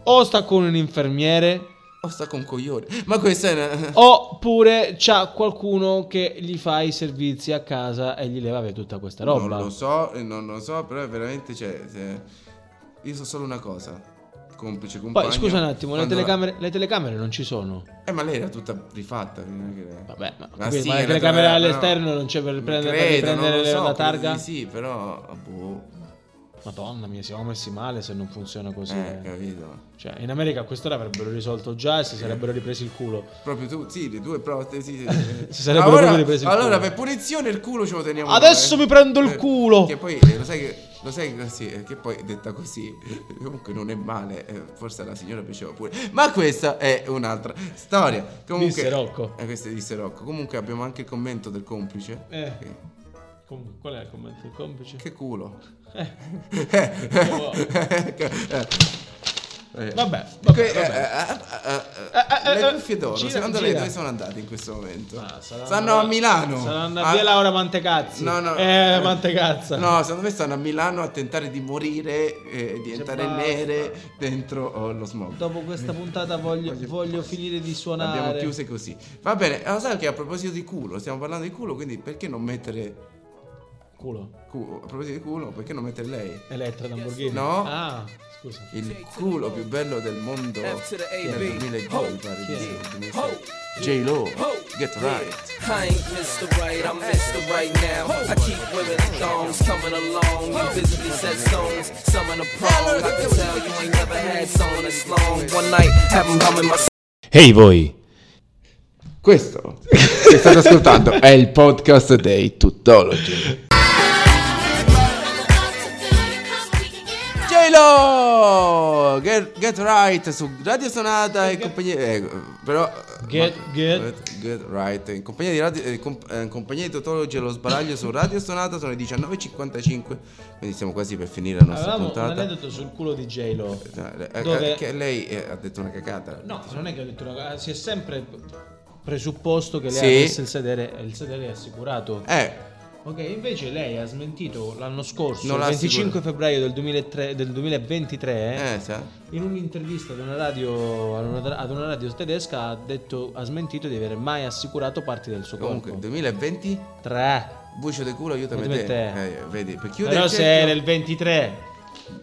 Speaker 4: o sta con un infermiere,
Speaker 3: O sta con coglione. Ma questa è una...
Speaker 4: oppure c'ha qualcuno che gli fa i servizi a casa e gli leva via tutta questa roba.
Speaker 3: Non lo so, eh, non lo so, però è veramente. Cioè, se- io so solo una cosa. Complice compagno.
Speaker 4: Poi scusa un attimo, le
Speaker 3: quando la-
Speaker 4: telecamere, le telecamere non ci sono.
Speaker 3: Eh, ma lei era tutta rifatta. quindi non è che-
Speaker 4: Vabbè, ma,
Speaker 3: Ma
Speaker 4: qui-
Speaker 3: sì,
Speaker 4: ma
Speaker 3: era
Speaker 4: le telecamere
Speaker 3: tra-
Speaker 4: all'esterno
Speaker 3: però-
Speaker 4: non c'è per prendere, per
Speaker 3: credo, non
Speaker 4: riprendere
Speaker 3: lo so, credo
Speaker 4: la targa?
Speaker 3: di Sì, però. ah, Boh,
Speaker 4: Madonna mia, siamo messi male se non funziona così.
Speaker 3: eh,
Speaker 4: eh.
Speaker 3: capito.
Speaker 4: Cioè, in America a quest'ora avrebbero risolto già e si sarebbero ripresi il culo.
Speaker 3: Proprio tu, sì, le due protesi. sì, sì.
Speaker 4: *laughs* Si sarebbero proprio ripresi il
Speaker 3: allora,
Speaker 4: culo.
Speaker 3: per punizione il culo ce lo teniamo.
Speaker 4: Adesso mi prendo il
Speaker 3: Eh,
Speaker 4: culo!
Speaker 3: Che poi, eh, lo sai che. Lo sai che, sì, eh, che poi detta così, *laughs* eh, comunque non è male, eh, forse alla signora piaceva pure. Ma questa è un'altra storia. Comunque,
Speaker 4: Disse Rocco.
Speaker 3: Eh, questa disse Rocco. Comunque abbiamo anche il commento del complice.
Speaker 4: Eh.
Speaker 3: Che,
Speaker 4: Com- qual è il commento del complice?
Speaker 3: che culo.
Speaker 4: Eh.
Speaker 3: *laughs*
Speaker 4: wow.
Speaker 3: Eh.
Speaker 4: Vabbè,
Speaker 3: Que-
Speaker 4: vabbè,
Speaker 3: eh,
Speaker 4: vabbè.
Speaker 3: eh, eh,
Speaker 4: Eh,
Speaker 3: eh,
Speaker 4: eh,
Speaker 3: le
Speaker 4: eh,
Speaker 3: cuffie d'oro,
Speaker 4: gira,
Speaker 3: secondo lei
Speaker 4: gira.
Speaker 3: dove sono andate in questo momento?
Speaker 4: Ah, saranno-
Speaker 3: stanno a Milano.
Speaker 4: Saranno
Speaker 3: A-
Speaker 4: a via Laura Mantecazzi.
Speaker 3: No, no.
Speaker 4: Eh, Mantecazza.
Speaker 3: No, secondo me stanno a Milano a tentare di morire eh, e diventare
Speaker 4: basta.
Speaker 3: nere dentro oh, lo smog.
Speaker 4: Dopo questa puntata voglio, voglio finire di suonare.
Speaker 3: Abbiamo chiuse così. Va bene, ma sai che a proposito di culo, stiamo parlando di culo, quindi perché non mettere
Speaker 4: Culo.
Speaker 3: cu- a proposito di culo, perché non mettere lei?
Speaker 4: Elettra Lamborghini.
Speaker 3: No.
Speaker 4: Ah, scusa.
Speaker 3: Il culo più bello del mondo nel 2002 pare di sì, quindi sì. J-Lo, Get Right.
Speaker 9: I ain't Mr. Right, I'm Mr. Right now. I keep women in thongs coming along. You visibly set songs, some in the prong. I can tell you ain't never had someone this long. One night, have 'em humming my
Speaker 1: Ehi voi!
Speaker 3: *laughs* Questo che state ascoltando è il podcast dei Tutology.
Speaker 5: Cause we can get right.
Speaker 3: J-Lo! Oh, get, Get right su Radio Sonata e compagnia. eh, però. eh,
Speaker 4: Get- get-
Speaker 3: Get right. In compagnia di, radio, eh, comp- eh, in compagnia di Totologi e lo sbaraglio su Radio Sonata sono le 19.55. Quindi siamo quasi per finire la nostra
Speaker 4: Avevamo un
Speaker 3: puntata.
Speaker 4: aneddoto sul culo di J-Lo.
Speaker 3: Eh, eh,
Speaker 4: dove-
Speaker 3: che lei eh, ha detto una cacata.
Speaker 4: No, non è che ho detto una cosa. Si è sempre presupposto che lei
Speaker 3: Sì.
Speaker 4: avesse il sedere. Il sedere è assicurato.
Speaker 3: Eh,
Speaker 4: Ok, invece lei ha smentito l'anno scorso,
Speaker 3: Non
Speaker 4: il
Speaker 3: l'ha
Speaker 4: 25
Speaker 3: assicurato.
Speaker 4: febbraio del, 2003 del 2023,
Speaker 3: eh, sa.
Speaker 4: in un'intervista ad una, radio, ad, una, ad una radio tedesca ha, detto, ha smentito di aver mai assicurato parti del suo
Speaker 3: Comunque,
Speaker 4: corpo.
Speaker 3: 2020.
Speaker 4: Tre.
Speaker 3: Bucio del culo, aiutami
Speaker 4: Aiutami
Speaker 3: te.
Speaker 4: te.
Speaker 3: Eh, vedi, per chiudere
Speaker 4: Però
Speaker 3: il
Speaker 4: se
Speaker 3: cerchio-
Speaker 4: era il 23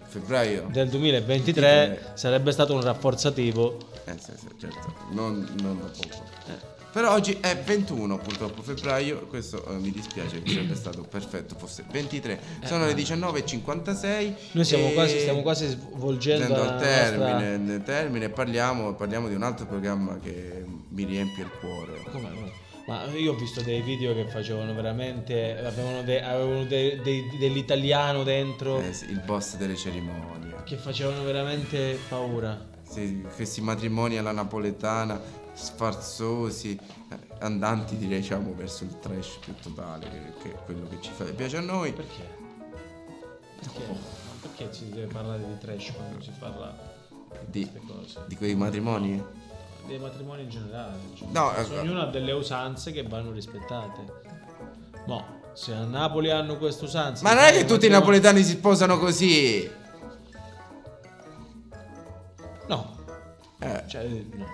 Speaker 3: febbraio.
Speaker 4: del 2023
Speaker 3: 23.
Speaker 4: sarebbe stato un rafforzativo.
Speaker 3: Eh, sì, sì, certo, non, non da poco. Eh. Però oggi è 21 purtroppo febbraio, questo eh, mi dispiace, sarebbe stato perfetto, fosse 23. Sono le 19.56.
Speaker 4: Eh, Noi siamo
Speaker 3: e-
Speaker 4: quasi, stiamo quasi svolgendo
Speaker 3: Tendo
Speaker 4: la
Speaker 3: al
Speaker 4: nostra...
Speaker 3: termine, nel termine parliamo, parliamo di un altro programma che mi riempie il cuore.
Speaker 4: Come no? Ma io ho visto dei video che facevano veramente. Avevano, de- avevano de- de- dell'italiano dentro
Speaker 3: Eh, sì, il boss delle cerimonie,
Speaker 4: che facevano veramente paura.
Speaker 3: Sì, questi matrimoni alla napoletana, sfarzosi, eh, andanti direi diciamo verso il trash più totale, che, che è quello che ci fa, piace a noi.
Speaker 4: Perché? Perché, ma perché si deve parlare di trash quando si parla di
Speaker 3: Di-
Speaker 4: queste cose?
Speaker 3: Di quei matrimoni?
Speaker 4: Dei matrimoni in generale. cioè,
Speaker 3: No,
Speaker 4: nel senso,
Speaker 3: eh,
Speaker 4: ognuno ha delle usanze che vanno rispettate. No, se a Napoli hanno questa usanza.
Speaker 3: Ma non è che tutti i napoletani si sposano così.
Speaker 4: No.
Speaker 3: Eh,
Speaker 4: Cioè, no.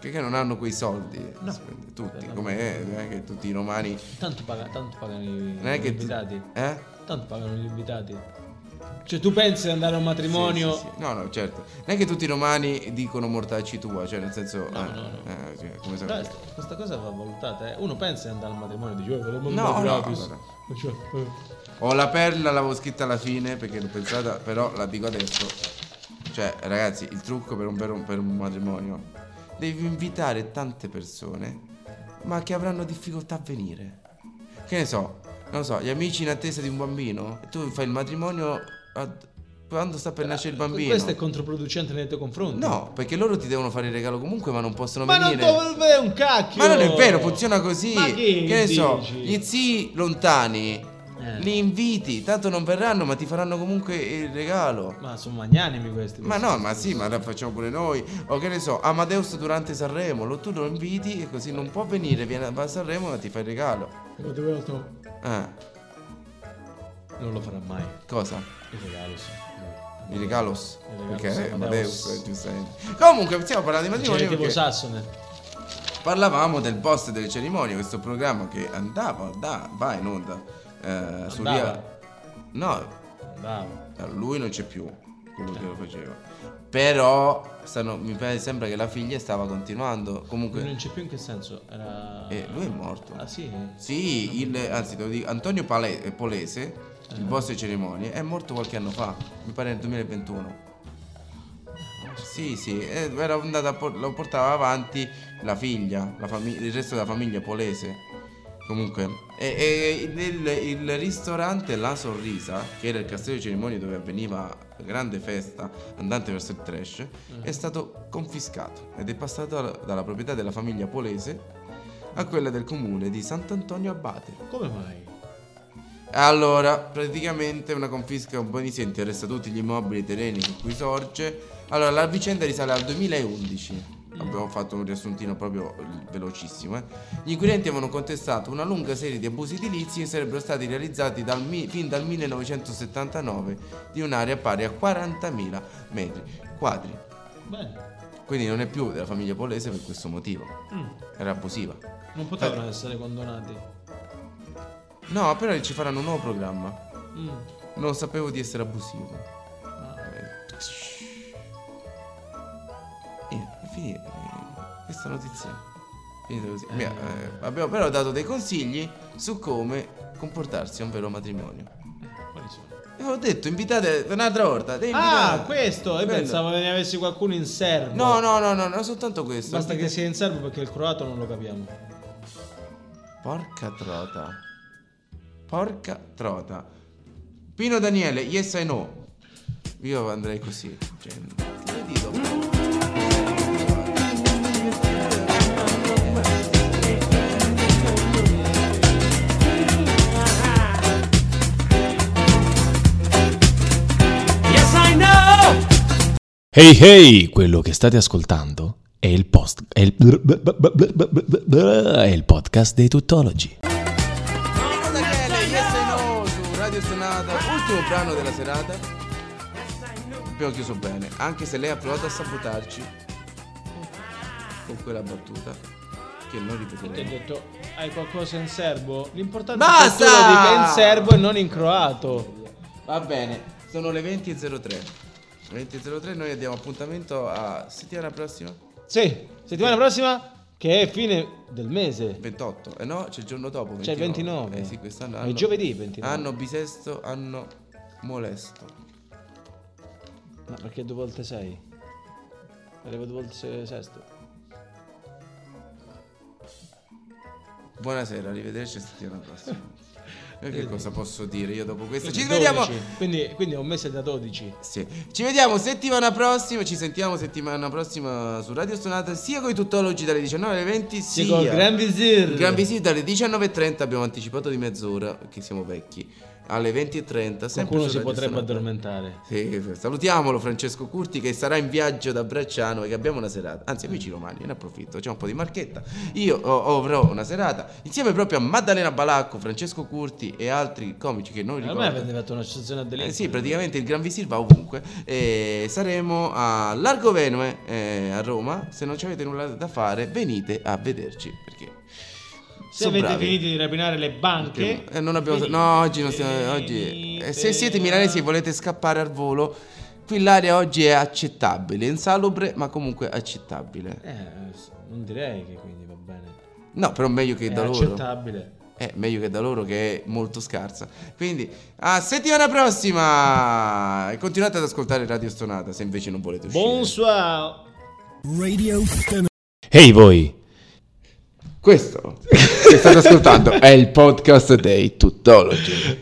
Speaker 3: perché non hanno quei soldi. eh,
Speaker 4: No.
Speaker 3: Secondo- Tutti, come eh, non è che tutti i romani.
Speaker 4: Tanto, paga- tanto pagano i
Speaker 3: Non è
Speaker 4: gli
Speaker 3: che. tu-
Speaker 4: invitati.
Speaker 3: eh?
Speaker 4: Tanto pagano gli invitati. Cioè, tu pensi di andare a un matrimonio?
Speaker 3: Sì, sì, sì. No, no, certo. Non è che tutti i romani dicono mortacci tua, cioè nel senso.
Speaker 4: No,
Speaker 3: eh,
Speaker 4: no, no.
Speaker 3: eh, cioè, come se-
Speaker 4: Beh, questa cosa va valutata. eh. Uno pensa di andare al matrimonio "Eh, di Giove, volevo
Speaker 3: No,
Speaker 4: andare
Speaker 3: no,
Speaker 4: gratis.
Speaker 3: guarda.
Speaker 4: Cioè, eh.
Speaker 3: Ho la perla, l'avevo scritta alla fine perché l'ho pensata, però la dico adesso. Cioè, ragazzi, il trucco per un, per un- per un matrimonio. Devi invitare tante persone, ma che avranno difficoltà a venire. Che ne so, non so, gli amici in attesa di un bambino. E tu fai il matrimonio ad- quando sta per nascere il bambino.
Speaker 4: Eh, Questo è controproducente nei tuoi confronti.
Speaker 3: No, perché loro ti devono fare il regalo comunque, ma non possono
Speaker 4: ma non
Speaker 3: venire.
Speaker 4: dove è un cacchio.
Speaker 3: Ma non è vero, funziona così.
Speaker 4: Ma che,
Speaker 3: ne
Speaker 4: dici?
Speaker 3: so, gli zii lontani
Speaker 4: Eh.
Speaker 3: li inviti, tanto non verranno, ma ti faranno comunque il regalo.
Speaker 4: Ma sono magnanimi questi.
Speaker 3: Ma no, ma sì, ma la facciamo pure noi. O che ne so, Amadeus durante Sanremo, lo, tu lo inviti e così non può venire, viene va a Sanremo ma ti fa il regalo.
Speaker 4: Quante volte no?
Speaker 3: Eh,
Speaker 4: Non lo farà mai.
Speaker 3: cosa?
Speaker 4: Il regalo sì.
Speaker 3: Il regalos.
Speaker 4: Il regalo,
Speaker 3: Perché
Speaker 4: sì,
Speaker 3: è
Speaker 4: Amadeus.
Speaker 3: Amadeus,
Speaker 4: Cioè,
Speaker 3: eh, giustamente. Comunque, stiamo parlando di matrimonio.
Speaker 4: Genetivo
Speaker 3: perché-
Speaker 4: sassone.
Speaker 3: parlavamo del post delle cerimonie, questo programma che andava da, va in onda eh, su
Speaker 4: Andava.
Speaker 3: Ria. No,
Speaker 4: Bravo.
Speaker 3: lui non c'è più quello che lo faceva. Però stanno- mi pare- sembra che la figlia stava continuando.
Speaker 4: Non
Speaker 3: Comunque,
Speaker 4: c'è più in che senso? Era.
Speaker 3: eh, lui è morto.
Speaker 4: Ah sì.
Speaker 3: Sì, il, anzi, te lo dico, Antonio Pale- eh, Polese, il boss delle cerimonie, è morto qualche anno fa, mi pare nel 2021. Sì, sì, eh, era andata a por- lo portava avanti la figlia, la fami- il resto della famiglia Polese. Comunque, e, e nel- il ristorante La Sorrisa, che era il castello di cerimonie dove avveniva la grande festa andante verso il trash, è stato confiscato ed è passato alla- dalla proprietà della famiglia Polese a quella del comune di Sant'Antonio Abate.
Speaker 4: Come mai?
Speaker 3: Allora, praticamente una confisca un po' di interessa tutti gli immobili e terreni su cui sorge. Allora, la vicenda risale al 2011. Abbiamo fatto un riassuntino proprio eh, velocissimo. eh. Gli inquirenti avevano contestato una lunga serie di abusi edilizi che sarebbero stati realizzati dal mi- fin dal 1979 di un'area pari a 40.000 metri quadri.
Speaker 4: Bene.
Speaker 3: Quindi non è più della famiglia Polese per questo motivo. Era abusiva.
Speaker 4: Non
Speaker 3: Eh.
Speaker 4: potevano essere condonati.
Speaker 3: No, però ci faranno un nuovo programma.
Speaker 4: Mm. Ah.
Speaker 3: Non sapevo di essere abusivo. E è finita eh, questa notizia. Finita così. Mi ha- eh, abbiamo però dato dei consigli su come comportarsi a un vero matrimonio.
Speaker 4: Quali sono?
Speaker 3: E ho detto, invitate un'altra volta. devi
Speaker 4: Ah,
Speaker 3: invitare.
Speaker 4: questo! E
Speaker 3: Quello.
Speaker 4: pensavo che ne avessi qualcuno in serbo.
Speaker 3: No, no, no, no, non soltanto questo.
Speaker 4: Basta che
Speaker 3: Invita-
Speaker 4: sia in serbo perché il croato non lo capiamo.
Speaker 3: Porca trota. Porca trota. Pino Daniele, yes I no. Io andrei così. Cioè,
Speaker 9: Yes, I know.
Speaker 1: Hey hey, quello che state ascoltando è il post è il, è il podcast dei tuttologi.
Speaker 3: Radaghele, Yes I Know su Radio Stonata, ultimo brano della serata. Abbiamo chiuso bene, anche se lei ha provato a sabotarci con quella battuta che non
Speaker 4: Ti ho
Speaker 3: ripeteremo.
Speaker 4: detto, hai qualcosa in serbo? L'importante
Speaker 3: Basta!
Speaker 4: è che tu lo dica in serbo e non in croato.
Speaker 3: Va bene, sono le 20.03. 20.03 noi diamo appuntamento a settimana prossima.
Speaker 4: Sì, settimana prossima, che è fine del mese.
Speaker 3: 28, eh no, c'è il giorno dopo.
Speaker 4: C'è il 29.
Speaker 3: Eh sì, quest'anno
Speaker 4: È
Speaker 3: hanno-
Speaker 4: giovedì 29.
Speaker 3: Hanno bisesto, hanno molesto.
Speaker 4: Ma perché due volte sei? Arrivo due volte se- sesto.
Speaker 3: Buonasera, arrivederci a settimana
Speaker 4: *laughs*
Speaker 3: prossima. Io che cosa posso dire io dopo questo?
Speaker 4: Quindi
Speaker 3: Ci vediamo.
Speaker 4: 12. Quindi, quindi è un mese da 12.
Speaker 3: Sì. Ci vediamo settimana prossima, ci sentiamo settimana prossima su Radio Stonata sia con i tuttologi dalle 19 alle 20
Speaker 4: Sì,
Speaker 3: sia
Speaker 4: col Gran Vizir.
Speaker 3: il eh. Gran Visita dalle 19.30 abbiamo anticipato di mezz'ora perché siamo vecchi alle 20.30 sempre
Speaker 4: Qualcuno
Speaker 3: su
Speaker 4: si
Speaker 3: Radio
Speaker 4: potrebbe
Speaker 3: Stonata.
Speaker 4: addormentare.
Speaker 3: Sì, salutiamolo Francesco Curti che sarà in viaggio da Bracciano e che abbiamo una serata. Anzi, amici romani, io ne approfitto, c'è un po' di marchetta. Io ho- avrò una serata insieme proprio a Maddalena Balacco, Francesco Curti e altri comici che noi
Speaker 4: Ormai avete
Speaker 3: ricordiamo.
Speaker 4: fatto un'associazione a
Speaker 3: Eh
Speaker 4: delitto.
Speaker 3: sì, praticamente il Gran Visir va ovunque. E saremo a Largo Venue eh, a Roma. Se non ci avete nulla da fare, venite a vederci. Perché
Speaker 8: Se
Speaker 3: sono
Speaker 8: avete
Speaker 3: bravi.
Speaker 8: finito di rapinare le banche,
Speaker 3: Eh, non abbiamo-
Speaker 8: venite.
Speaker 3: no, oggi non stiamo. Oggi, eh, se
Speaker 8: Venite.
Speaker 3: siete milanesi e volete scappare al volo, qui l'area oggi è accettabile, insalubre, ma comunque accettabile.
Speaker 4: Eh, s- non direi che quindi va bene.
Speaker 3: No, però meglio che
Speaker 4: È
Speaker 3: da loro.
Speaker 4: accettabile.
Speaker 3: Eh, meglio che da loro che è molto scarsa. Quindi, a settimana prossima! E continuate ad ascoltare Radio Stonata se invece non volete uscire.
Speaker 4: Bonsoir.
Speaker 1: Hey voi!
Speaker 3: Questo che state ascoltando è il podcast dei Tuttologi.